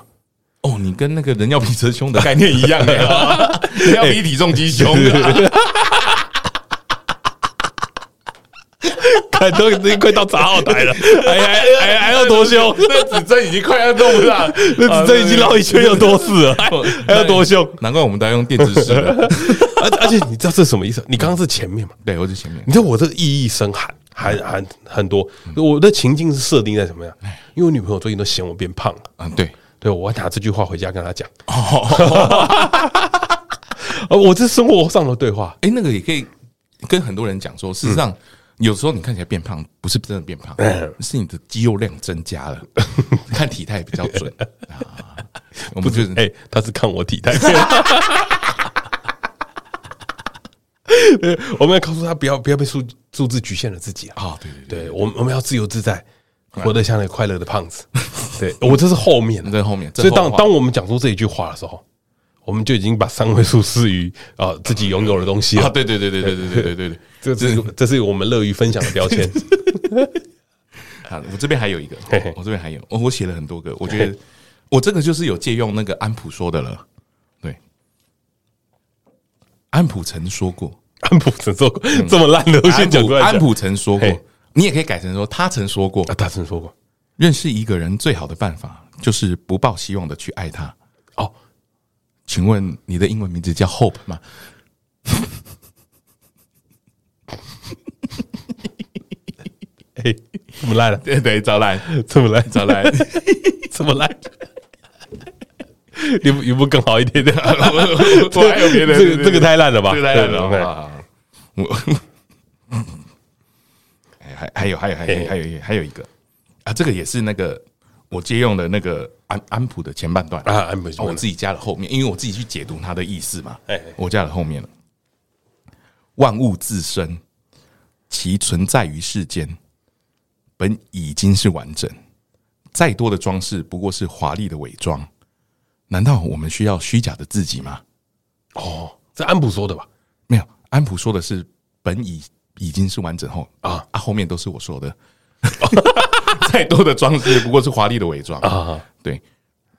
Speaker 2: 哦，你跟那个人要比车凶的概念一样，哎人要比体重机
Speaker 1: 哎 *laughs*
Speaker 2: 凶，*laughs*
Speaker 1: 看都已经快到杂号台了， *laughs* 还还哎还还要多凶？
Speaker 2: *laughs* 那指针已经快要弄不上，
Speaker 1: *laughs* 那指针已经绕一圈
Speaker 2: *laughs*
Speaker 1: 要多次 *laughs* 了，还还要多凶？ *laughs*
Speaker 2: 难怪我们都要用电子式 *laughs* 的，
Speaker 1: 而而且你知道这是什么意思？你刚刚是前面嘛？
Speaker 2: 对，我在前面
Speaker 1: 你知道我这个意义深含含含很多。我的情境是设定在什么呀？因为我女朋友最近都嫌我变胖了，
Speaker 2: 啊，对，
Speaker 1: 对我要拿这句话回家跟她讲。
Speaker 2: 哦
Speaker 1: *laughs* 呃，我这生活上的对话，
Speaker 2: 哎、那个也可以跟很多人讲说，
Speaker 1: 嗯
Speaker 2: 事实上、有时候你看起来变胖，不是真的变胖，是你的肌肉量增
Speaker 1: *laughs*
Speaker 2: 加了，看体态比较准啊。我们就是
Speaker 1: 哎、她是看我体态。 *laughs* 呃我们要告诉她不要不要被数数字局限了自己啊！
Speaker 2: 啊，对对对，
Speaker 1: 对我们我们要自由自在，活得像那个快乐的胖子。对我这是后面的，
Speaker 2: 在后面，
Speaker 1: 所以当
Speaker 2: 啊这后话
Speaker 1: 当我们讲出这一句话的时候，我们就已经把三位数视于啊、呃自己拥有的东西
Speaker 2: 啊，
Speaker 1: 了。
Speaker 2: 对对对对对对对对对对，
Speaker 1: 这这这是我们乐于分享的标签。
Speaker 2: 啊，我这边还有一个
Speaker 1: 嘿嘿，
Speaker 2: 我这边还有，我我写了很多个，我觉得我这个就是有借用那个安普说的了，对，安普曾说过，
Speaker 1: 安普曾说过这么烂的，我先讲出来讲
Speaker 2: 安普曾说过
Speaker 1: 嘿，
Speaker 2: 你也可以改成说他曾说过，
Speaker 1: 啊，大曾说过
Speaker 2: 认识一个人最好的办法就是不抱希望的去爱他。
Speaker 1: 哦，
Speaker 2: 请问你的英文名字叫 Hope 吗？
Speaker 1: 嘿，这么烂了，
Speaker 2: 对对，早来
Speaker 1: 这么烂，
Speaker 2: *laughs* 早来，
Speaker 1: 这么烂。你不你不更好一点点？
Speaker 2: 我我还有别的，
Speaker 1: 这个这个太烂了吧？
Speaker 2: 这个太烂了
Speaker 1: 对
Speaker 2: 好好。好我 *laughs* 哎还还有还有还有还有还有一个啊，这个也是那个我借用的那个安安普的前半段
Speaker 1: 啊，安普
Speaker 2: 哦，我自己加了后面，因为我自己去解读它的意思嘛
Speaker 1: 哎哎，
Speaker 2: 我加了后面了。万物自生，其存在于世间，本已经是完整，再多的装饰不过是华丽的伪装。难道我们需要虚假的自己吗？
Speaker 1: 哦，这安普说的吧？
Speaker 2: 没有，安普说的是本已已经是完整后
Speaker 1: 啊
Speaker 2: 啊啊，后面都是我说的。 *laughs* 再多的装饰不过是华丽的伪装
Speaker 1: 啊啊，啊
Speaker 2: 对，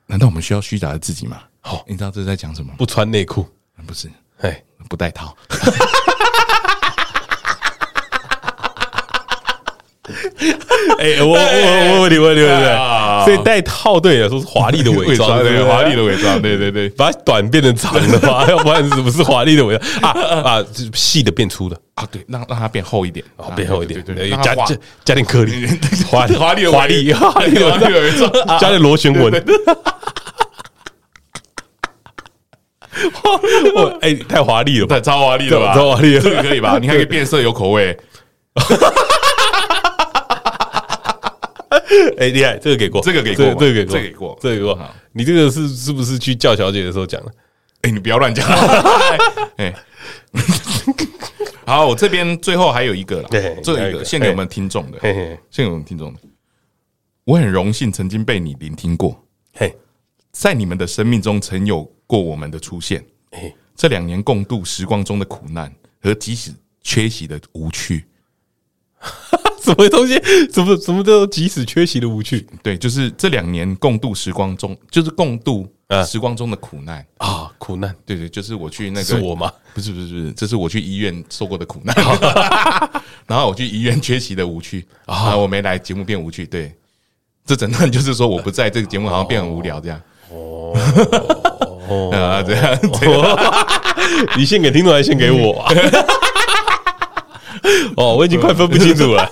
Speaker 2: 难道我们需要虚假的自己吗？
Speaker 1: 好
Speaker 2: 你知道这是在讲什么吗？
Speaker 1: 不穿内裤，
Speaker 2: 不是，
Speaker 1: 哎，
Speaker 2: 不带套。
Speaker 1: 哎，我我我我你问你问你，所以带套对你来说是华丽的伪装，对不
Speaker 2: 对，
Speaker 1: 对
Speaker 2: 华丽的 *laughs* 伪装，对对对。
Speaker 1: 把短变成长的嘛，要不然是不是华丽的伪装啊啊？是细的变粗的，
Speaker 2: 啊，对，让让它变厚一点，啊
Speaker 1: 哦，变厚一点，
Speaker 2: 对对，
Speaker 1: 加加加点颗粒，华丽
Speaker 2: *laughs* 华丽的
Speaker 1: 华
Speaker 2: *laughs*
Speaker 1: 丽华丽 *laughs*
Speaker 2: 华丽的伪装，
Speaker 1: 加点螺旋纹。 *laughs* 哇，哎，太华丽了吧！
Speaker 2: 对，超华丽的吧？
Speaker 1: 超华丽的
Speaker 2: 这个可以吧？你还可以变色，有口味。
Speaker 1: 哎，厉害，这个给过，
Speaker 2: 这个给过吧
Speaker 1: 这个给过，
Speaker 2: 这个给过
Speaker 1: 这个给过
Speaker 2: 好。
Speaker 1: 你这个是是不是去叫小姐的时候讲的？
Speaker 2: 哎，你不要乱 *laughs* 讲。哎， *laughs* 好，我这边最后还有一个啦
Speaker 1: 对，
Speaker 2: 最后
Speaker 1: 还有
Speaker 2: 一
Speaker 1: 一
Speaker 2: 个
Speaker 1: 个
Speaker 2: 献给我们听众的，
Speaker 1: 嘿嘿
Speaker 2: 献给我们听众的。我很荣幸曾经被你聆听过，
Speaker 1: 嘿，
Speaker 2: 在你们的生命中曾有过我们的出现。
Speaker 1: 哎，
Speaker 2: 这两年共度时光中的苦难和即使缺席的无趣，
Speaker 1: *laughs* 什么东西？怎么怎么都即使缺席的无趣
Speaker 2: 对，就是这两年共度时光中，就是共度
Speaker 1: 嗯
Speaker 2: 时光中的苦难。
Speaker 1: 啊！苦难
Speaker 2: 对对，就是我去那个
Speaker 1: 是我吗？
Speaker 2: 不是不是不是，这是我去医院受过的苦 *laughs* 难。然后我去医院缺席的无趣啊，我没来节目变无趣。对，这整段就是说我不在这个节目好像变很无聊这样。哦， *laughs* 啊，这 *laughs* 样这个
Speaker 1: 你献给听众还是献给我 *laughs* 啊？哦，我已经快分不清楚
Speaker 2: *laughs*
Speaker 1: 了。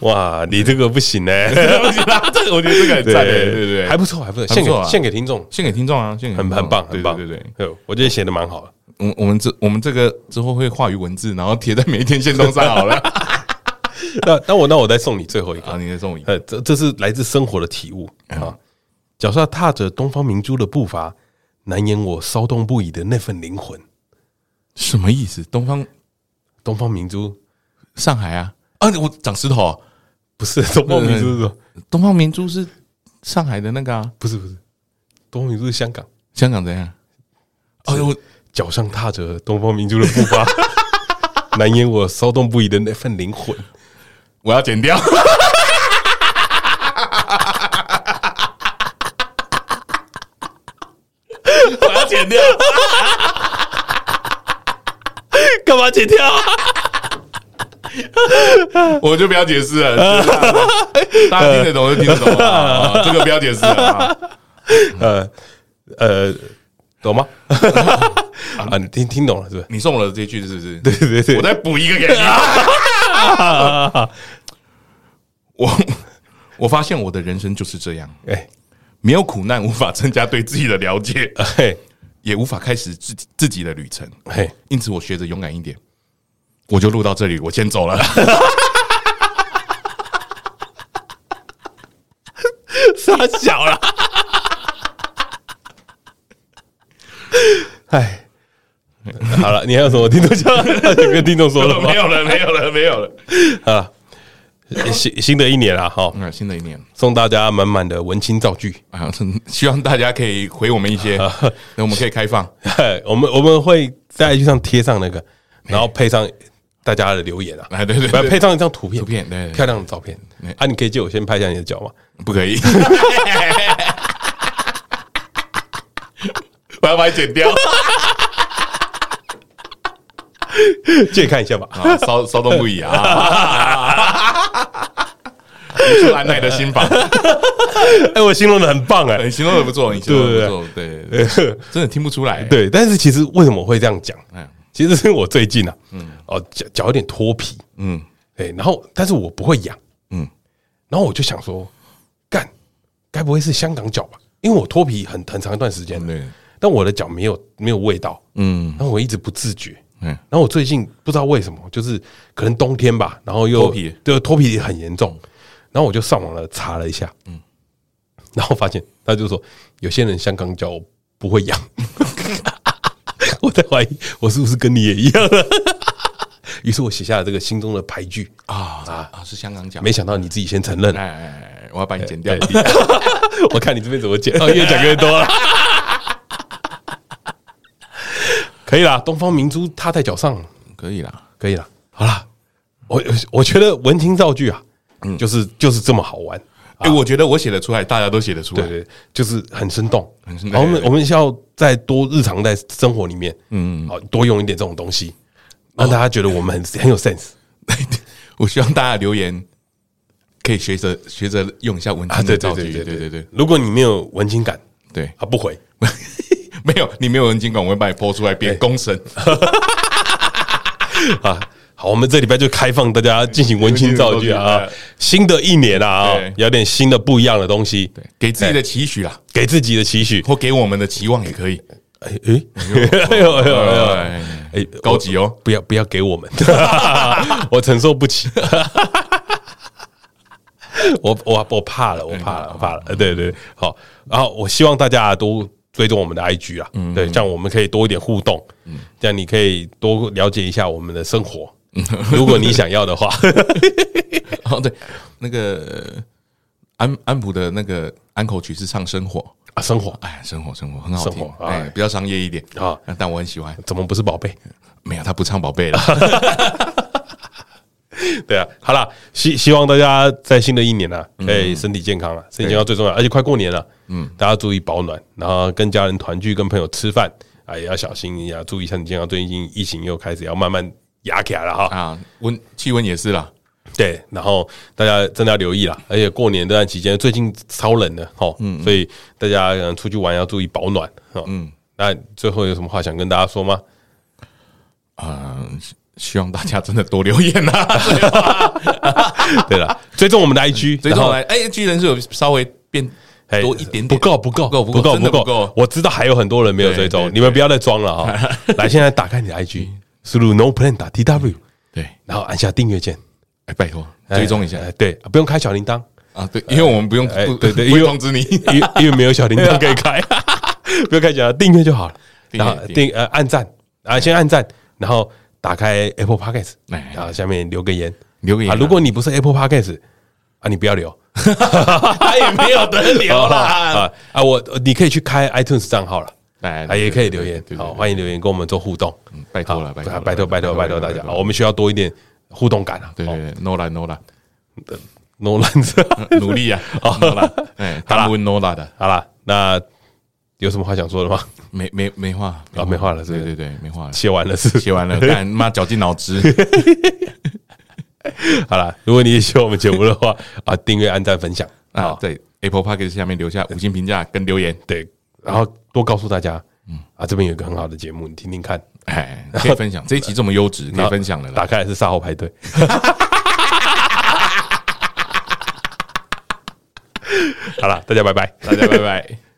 Speaker 1: 哇，你这个不行 *laughs* 呢、
Speaker 2: 这个我觉得这个很赞欸，对对对，
Speaker 1: 还不错，还不错，
Speaker 2: 还
Speaker 1: 献
Speaker 2: 不错啊
Speaker 1: 给献给听众，
Speaker 2: 献给听众啊，献给
Speaker 1: 很
Speaker 2: 听众
Speaker 1: 很棒，
Speaker 2: 对
Speaker 1: 很棒，
Speaker 2: 对对对，
Speaker 1: 对，我觉得写的蛮好的。
Speaker 2: 我我们这我们这个之后会化于文字，然后贴在每一天线动上好了。 *laughs*
Speaker 1: 那那我那我再送你最后一个，
Speaker 2: 啊，你嗯再送我一个，
Speaker 1: 呃，这这是来自生活的体悟啊。脚下踏着东方明珠的步伐，难掩我骚动不已的那份灵魂。
Speaker 2: 什么意思？东方
Speaker 1: 东方明珠
Speaker 2: 上海啊啊！我长石头哦，
Speaker 1: 不是 *laughs* 东方明珠是什么？
Speaker 2: 东方明珠是上海的那个啊，
Speaker 1: 不是不是，东方明珠是香港。
Speaker 2: 香港怎样？哎呦，
Speaker 1: 脚上踏着东方明珠的步伐， *laughs* 难掩我骚动不已的那份灵魂。
Speaker 2: 我要剪掉。 *laughs* 我要剪掉，
Speaker 1: 干嘛剪掉？
Speaker 2: *laughs* 我就不要解释了。 *laughs* 就是啊大家听得懂就听得懂啊， *laughs* 啊这个不要解释了啊。
Speaker 1: *laughs* 呃呃，懂
Speaker 2: *laughs*
Speaker 1: 吗？啊，你听听懂了是不是？
Speaker 2: 你送我的这句是不是？
Speaker 1: 对对对
Speaker 2: 我
Speaker 1: 对，
Speaker 2: 再补一个给你。 *laughs* 我我发现我的人生就是这样，
Speaker 1: 哎
Speaker 2: 没有苦难无法增加对自己的了解，
Speaker 1: 哎
Speaker 2: 也无法开始自己自己的旅程。
Speaker 1: 哎，
Speaker 2: 因此，我学着勇敢一点，我就录到这里，我先走了。
Speaker 1: 傻小了。 *laughs* 哎，好了，你还有什么听众想 *laughs* 想跟听众说的吗
Speaker 2: *laughs* 没？有了，没有了，没有了。
Speaker 1: 啊，新新的一年啦，啊哈，
Speaker 2: 嗯，新的一年
Speaker 1: 送大家满满的文青造句。
Speaker 2: 啊，嗯希望大家可以回我们一 *laughs* 些，那我们可以开放。
Speaker 1: *laughs* 我们我们会在 IG 上贴上那个，然后配上大家的留言啊，
Speaker 2: 哎哎，对对
Speaker 1: 不要
Speaker 2: 对，
Speaker 1: 配上一张图片，
Speaker 2: 图片哎对对对
Speaker 1: 漂亮的照片啊，你可以借我先拍一下你的脚吗？
Speaker 2: 不可以， *laughs* 我要把它剪掉。
Speaker 1: 借看一下吧。 *laughs*
Speaker 2: 啊，骚骚动不已啊！你是安奈的新房，
Speaker 1: 哎，我形容的很棒哎
Speaker 2: 你，形容的不错，你形容的不错，对对对，
Speaker 1: 呃
Speaker 2: 真的听不出来。，
Speaker 1: *laughs* 对，但是其实为什么会这样讲？
Speaker 2: 哎，
Speaker 1: 其实是我最近啊，哦脚脚有点脱皮，
Speaker 2: 嗯
Speaker 1: 哎，然后但是我不会痒，
Speaker 2: 嗯，
Speaker 1: 然后我就想说，干，该不会是香港脚吧？因为我脱皮很很长一段时间，
Speaker 2: 对，
Speaker 1: 但我的脚没有没有味道，
Speaker 2: 嗯
Speaker 1: 然后我一直不自觉，
Speaker 2: 嗯，
Speaker 1: 然后我最近不知道为什么，就是可能冬天吧，然后又
Speaker 2: 脱皮
Speaker 1: 对，脱皮很严重。然后我就上网了查了一下，嗯，然后发现他就说有些人香港脚不会痒， *laughs* 我在怀疑我是不是跟你也一样 *laughs* 了。于是我写下了这个心中的牌句，
Speaker 2: 啊啊，是香港脚。
Speaker 1: 没想到你自己先承认了
Speaker 2: 哎，哎哎，我要把你剪掉
Speaker 1: 对。 *laughs* 我看你这边怎么剪，哦，越讲越多了。可以啦，东方明珠踏在脚上，
Speaker 2: *laughs* 可以啦，
Speaker 1: 可以了，好了，我我觉得文青造句啊，就是就是这么好玩，
Speaker 2: 哎，我觉得我写得出来，大家都写得出
Speaker 1: 对
Speaker 2: 来。
Speaker 1: 对，就是很生动，
Speaker 2: 很生动
Speaker 1: 然后我们
Speaker 2: 对对
Speaker 1: 我们需要再多日常在生活里面，嗯，好多用一点这种东西，让大家觉得我们很很有 sense
Speaker 2: 我希望大家留言可以学着学着用一下文
Speaker 1: 啊，
Speaker 2: 青
Speaker 1: 对
Speaker 2: 的
Speaker 1: 对
Speaker 2: 造
Speaker 1: 对
Speaker 2: 句。
Speaker 1: 对
Speaker 2: 对
Speaker 1: 对
Speaker 2: 对
Speaker 1: 对
Speaker 2: 对
Speaker 1: 对，如果你没有文青感
Speaker 2: 对，
Speaker 1: 啊，不 *laughs* 回，
Speaker 2: 没有你没有文青感，我会把你剖出来变公审。
Speaker 1: 啊好，我们这礼拜就开放大家进行文青造句啊
Speaker 2: 文青
Speaker 1: 啊
Speaker 2: 造句对，
Speaker 1: 新的一年啊啊
Speaker 2: 对，
Speaker 1: 有点新的不一样的东西，
Speaker 2: 对，给自己的期许啦，
Speaker 1: 给自己的期 *laughs* 许，
Speaker 2: 或给我们的期望也可以。
Speaker 1: 哎哎哎呦哎呦哎呦，
Speaker 2: 哎
Speaker 1: 哎，
Speaker 2: *laughs* 高级哦。
Speaker 1: 不要不要给我
Speaker 2: *laughs*
Speaker 1: 们， *laughs* 我承受不起。 *laughs* 我我我怕了，我怕
Speaker 2: 哎
Speaker 1: 了，我怕了。呃对对，对好。然后我希望大家都追踪我们的 IG 啊，
Speaker 2: 嗯
Speaker 1: 对，这样我们可以多一点互动，这样你可以多了解一下我们的生
Speaker 2: *laughs*
Speaker 1: 活。如果你想要的话，
Speaker 2: 哦，对，那个安安普的那个安口曲是唱生活，
Speaker 1: *laughs* 啊，生活
Speaker 2: 哎，生活生活很好
Speaker 1: 生
Speaker 2: 听，
Speaker 1: 活哎
Speaker 2: 哎，比较商业一点
Speaker 1: 啊，
Speaker 2: 但我很喜欢。
Speaker 1: 怎么不是宝贝？
Speaker 2: 没有，他不唱宝
Speaker 1: *laughs*
Speaker 2: 贝了，
Speaker 1: 对啊，好啦，希希望大家在新的一年呢、啊，可以身体健康啊，身体健康最重要，而且快过年了，嗯，大家注意保暖，然后跟家人团聚，跟朋友吃饭啊，也要小心一下，注意身体健康。最近疫情又开始要慢慢压起来了哈，
Speaker 2: 啊，温气温也是啦，
Speaker 1: 对，然后大家真的要留意啦，而且过年这段期间最近超冷的哦，所以大家嗯出去玩要注意保暖哦。嗯，那最后有什么话想跟大家说吗？
Speaker 2: 啊，希希望大家真的多留言啊，
Speaker 1: 对了， *laughs* 追踪我们的 IG，
Speaker 2: 最
Speaker 1: 然后
Speaker 2: 后来，哎，G 人是有稍微变
Speaker 1: 嘿
Speaker 2: 多一点
Speaker 1: 不
Speaker 2: 点，
Speaker 1: 够，不够，
Speaker 2: 不够，
Speaker 1: 不够，
Speaker 2: 真的
Speaker 1: 不
Speaker 2: 不
Speaker 1: 够
Speaker 2: 够。。
Speaker 1: 我知道还有很多人没有追
Speaker 2: 对
Speaker 1: 踪
Speaker 2: 对，对嗯
Speaker 1: 你们不要再装了哈。
Speaker 2: *laughs*
Speaker 1: 来，现在打开你的 IG，输入 no plan 打 tw，
Speaker 2: 对，
Speaker 1: 然后按下订阅键，
Speaker 2: 哎，拜托追踪一下
Speaker 1: 哎。哎对，不用开小铃铛，
Speaker 2: 啊，对，因为我们不用
Speaker 1: 哎
Speaker 2: 不
Speaker 1: 对对因
Speaker 2: 不
Speaker 1: 为
Speaker 2: 会通知你，啊
Speaker 1: 因为因为没有小铃铛可以开， *laughs* 不用开小铃铛，订阅就好了。
Speaker 2: 订阅
Speaker 1: 然后
Speaker 2: 订
Speaker 1: 订呃按赞啊，先按赞，然后打开 Apple Podcast，
Speaker 2: 哎
Speaker 1: 然后下面留个言，
Speaker 2: 留个言
Speaker 1: 啊。
Speaker 2: 啊
Speaker 1: 如果你不是 Apple Podcast 啊，你不要留。
Speaker 2: *laughs* 他也没有得
Speaker 1: *laughs*
Speaker 2: 聊啦。
Speaker 1: 啊啊！我你可以去开 iTunes 账号了，
Speaker 2: 哎
Speaker 1: 啊，也可以留言，好，欢
Speaker 2: 迎
Speaker 1: 迎留言跟我们做互动，
Speaker 2: 嗯拜托了
Speaker 1: 好
Speaker 2: 拜托
Speaker 1: 啊
Speaker 2: 了
Speaker 1: 拜托，拜
Speaker 2: 拜
Speaker 1: 托，
Speaker 2: 托
Speaker 1: 拜托
Speaker 2: 拜
Speaker 1: 大
Speaker 2: 托
Speaker 1: 家，
Speaker 2: 拜
Speaker 1: 啊
Speaker 2: 托
Speaker 1: 我们需要多一点互动感啊，
Speaker 2: 对
Speaker 1: *laughs*
Speaker 2: 对对，no 啦 no 啦，
Speaker 1: ，no 烂子，
Speaker 2: *laughs* 努力
Speaker 1: *laughs*
Speaker 2: 啊，no 啦，哎，
Speaker 1: 哦好啦
Speaker 2: 他温 no 啦的，
Speaker 1: 好啦，那有什么话想说的吗？ *laughs*
Speaker 2: 没没没话
Speaker 1: 啊，没话了，是
Speaker 2: 对
Speaker 1: 不是？
Speaker 2: 对对，没话了，
Speaker 1: 写完了是不是
Speaker 2: 写完了，干妈绞尽脑汁，
Speaker 1: *laughs* 好啦，如果你也喜欢我们节目的话啊，订阅、按赞、分享
Speaker 2: 啊
Speaker 1: 啊，，
Speaker 2: 在 Apple Park 下面留下五星评价跟留言，
Speaker 1: 对，然后多告诉大家，
Speaker 2: 嗯
Speaker 1: 啊，这边有一个很好的节目，你听听看， *laughs*
Speaker 2: 哎，可以分享这一集这么优质，可以分享了啦
Speaker 1: 打。开来是赛后排
Speaker 2: *laughs*
Speaker 1: 队。好啦，大家拜拜，
Speaker 2: 大家拜拜。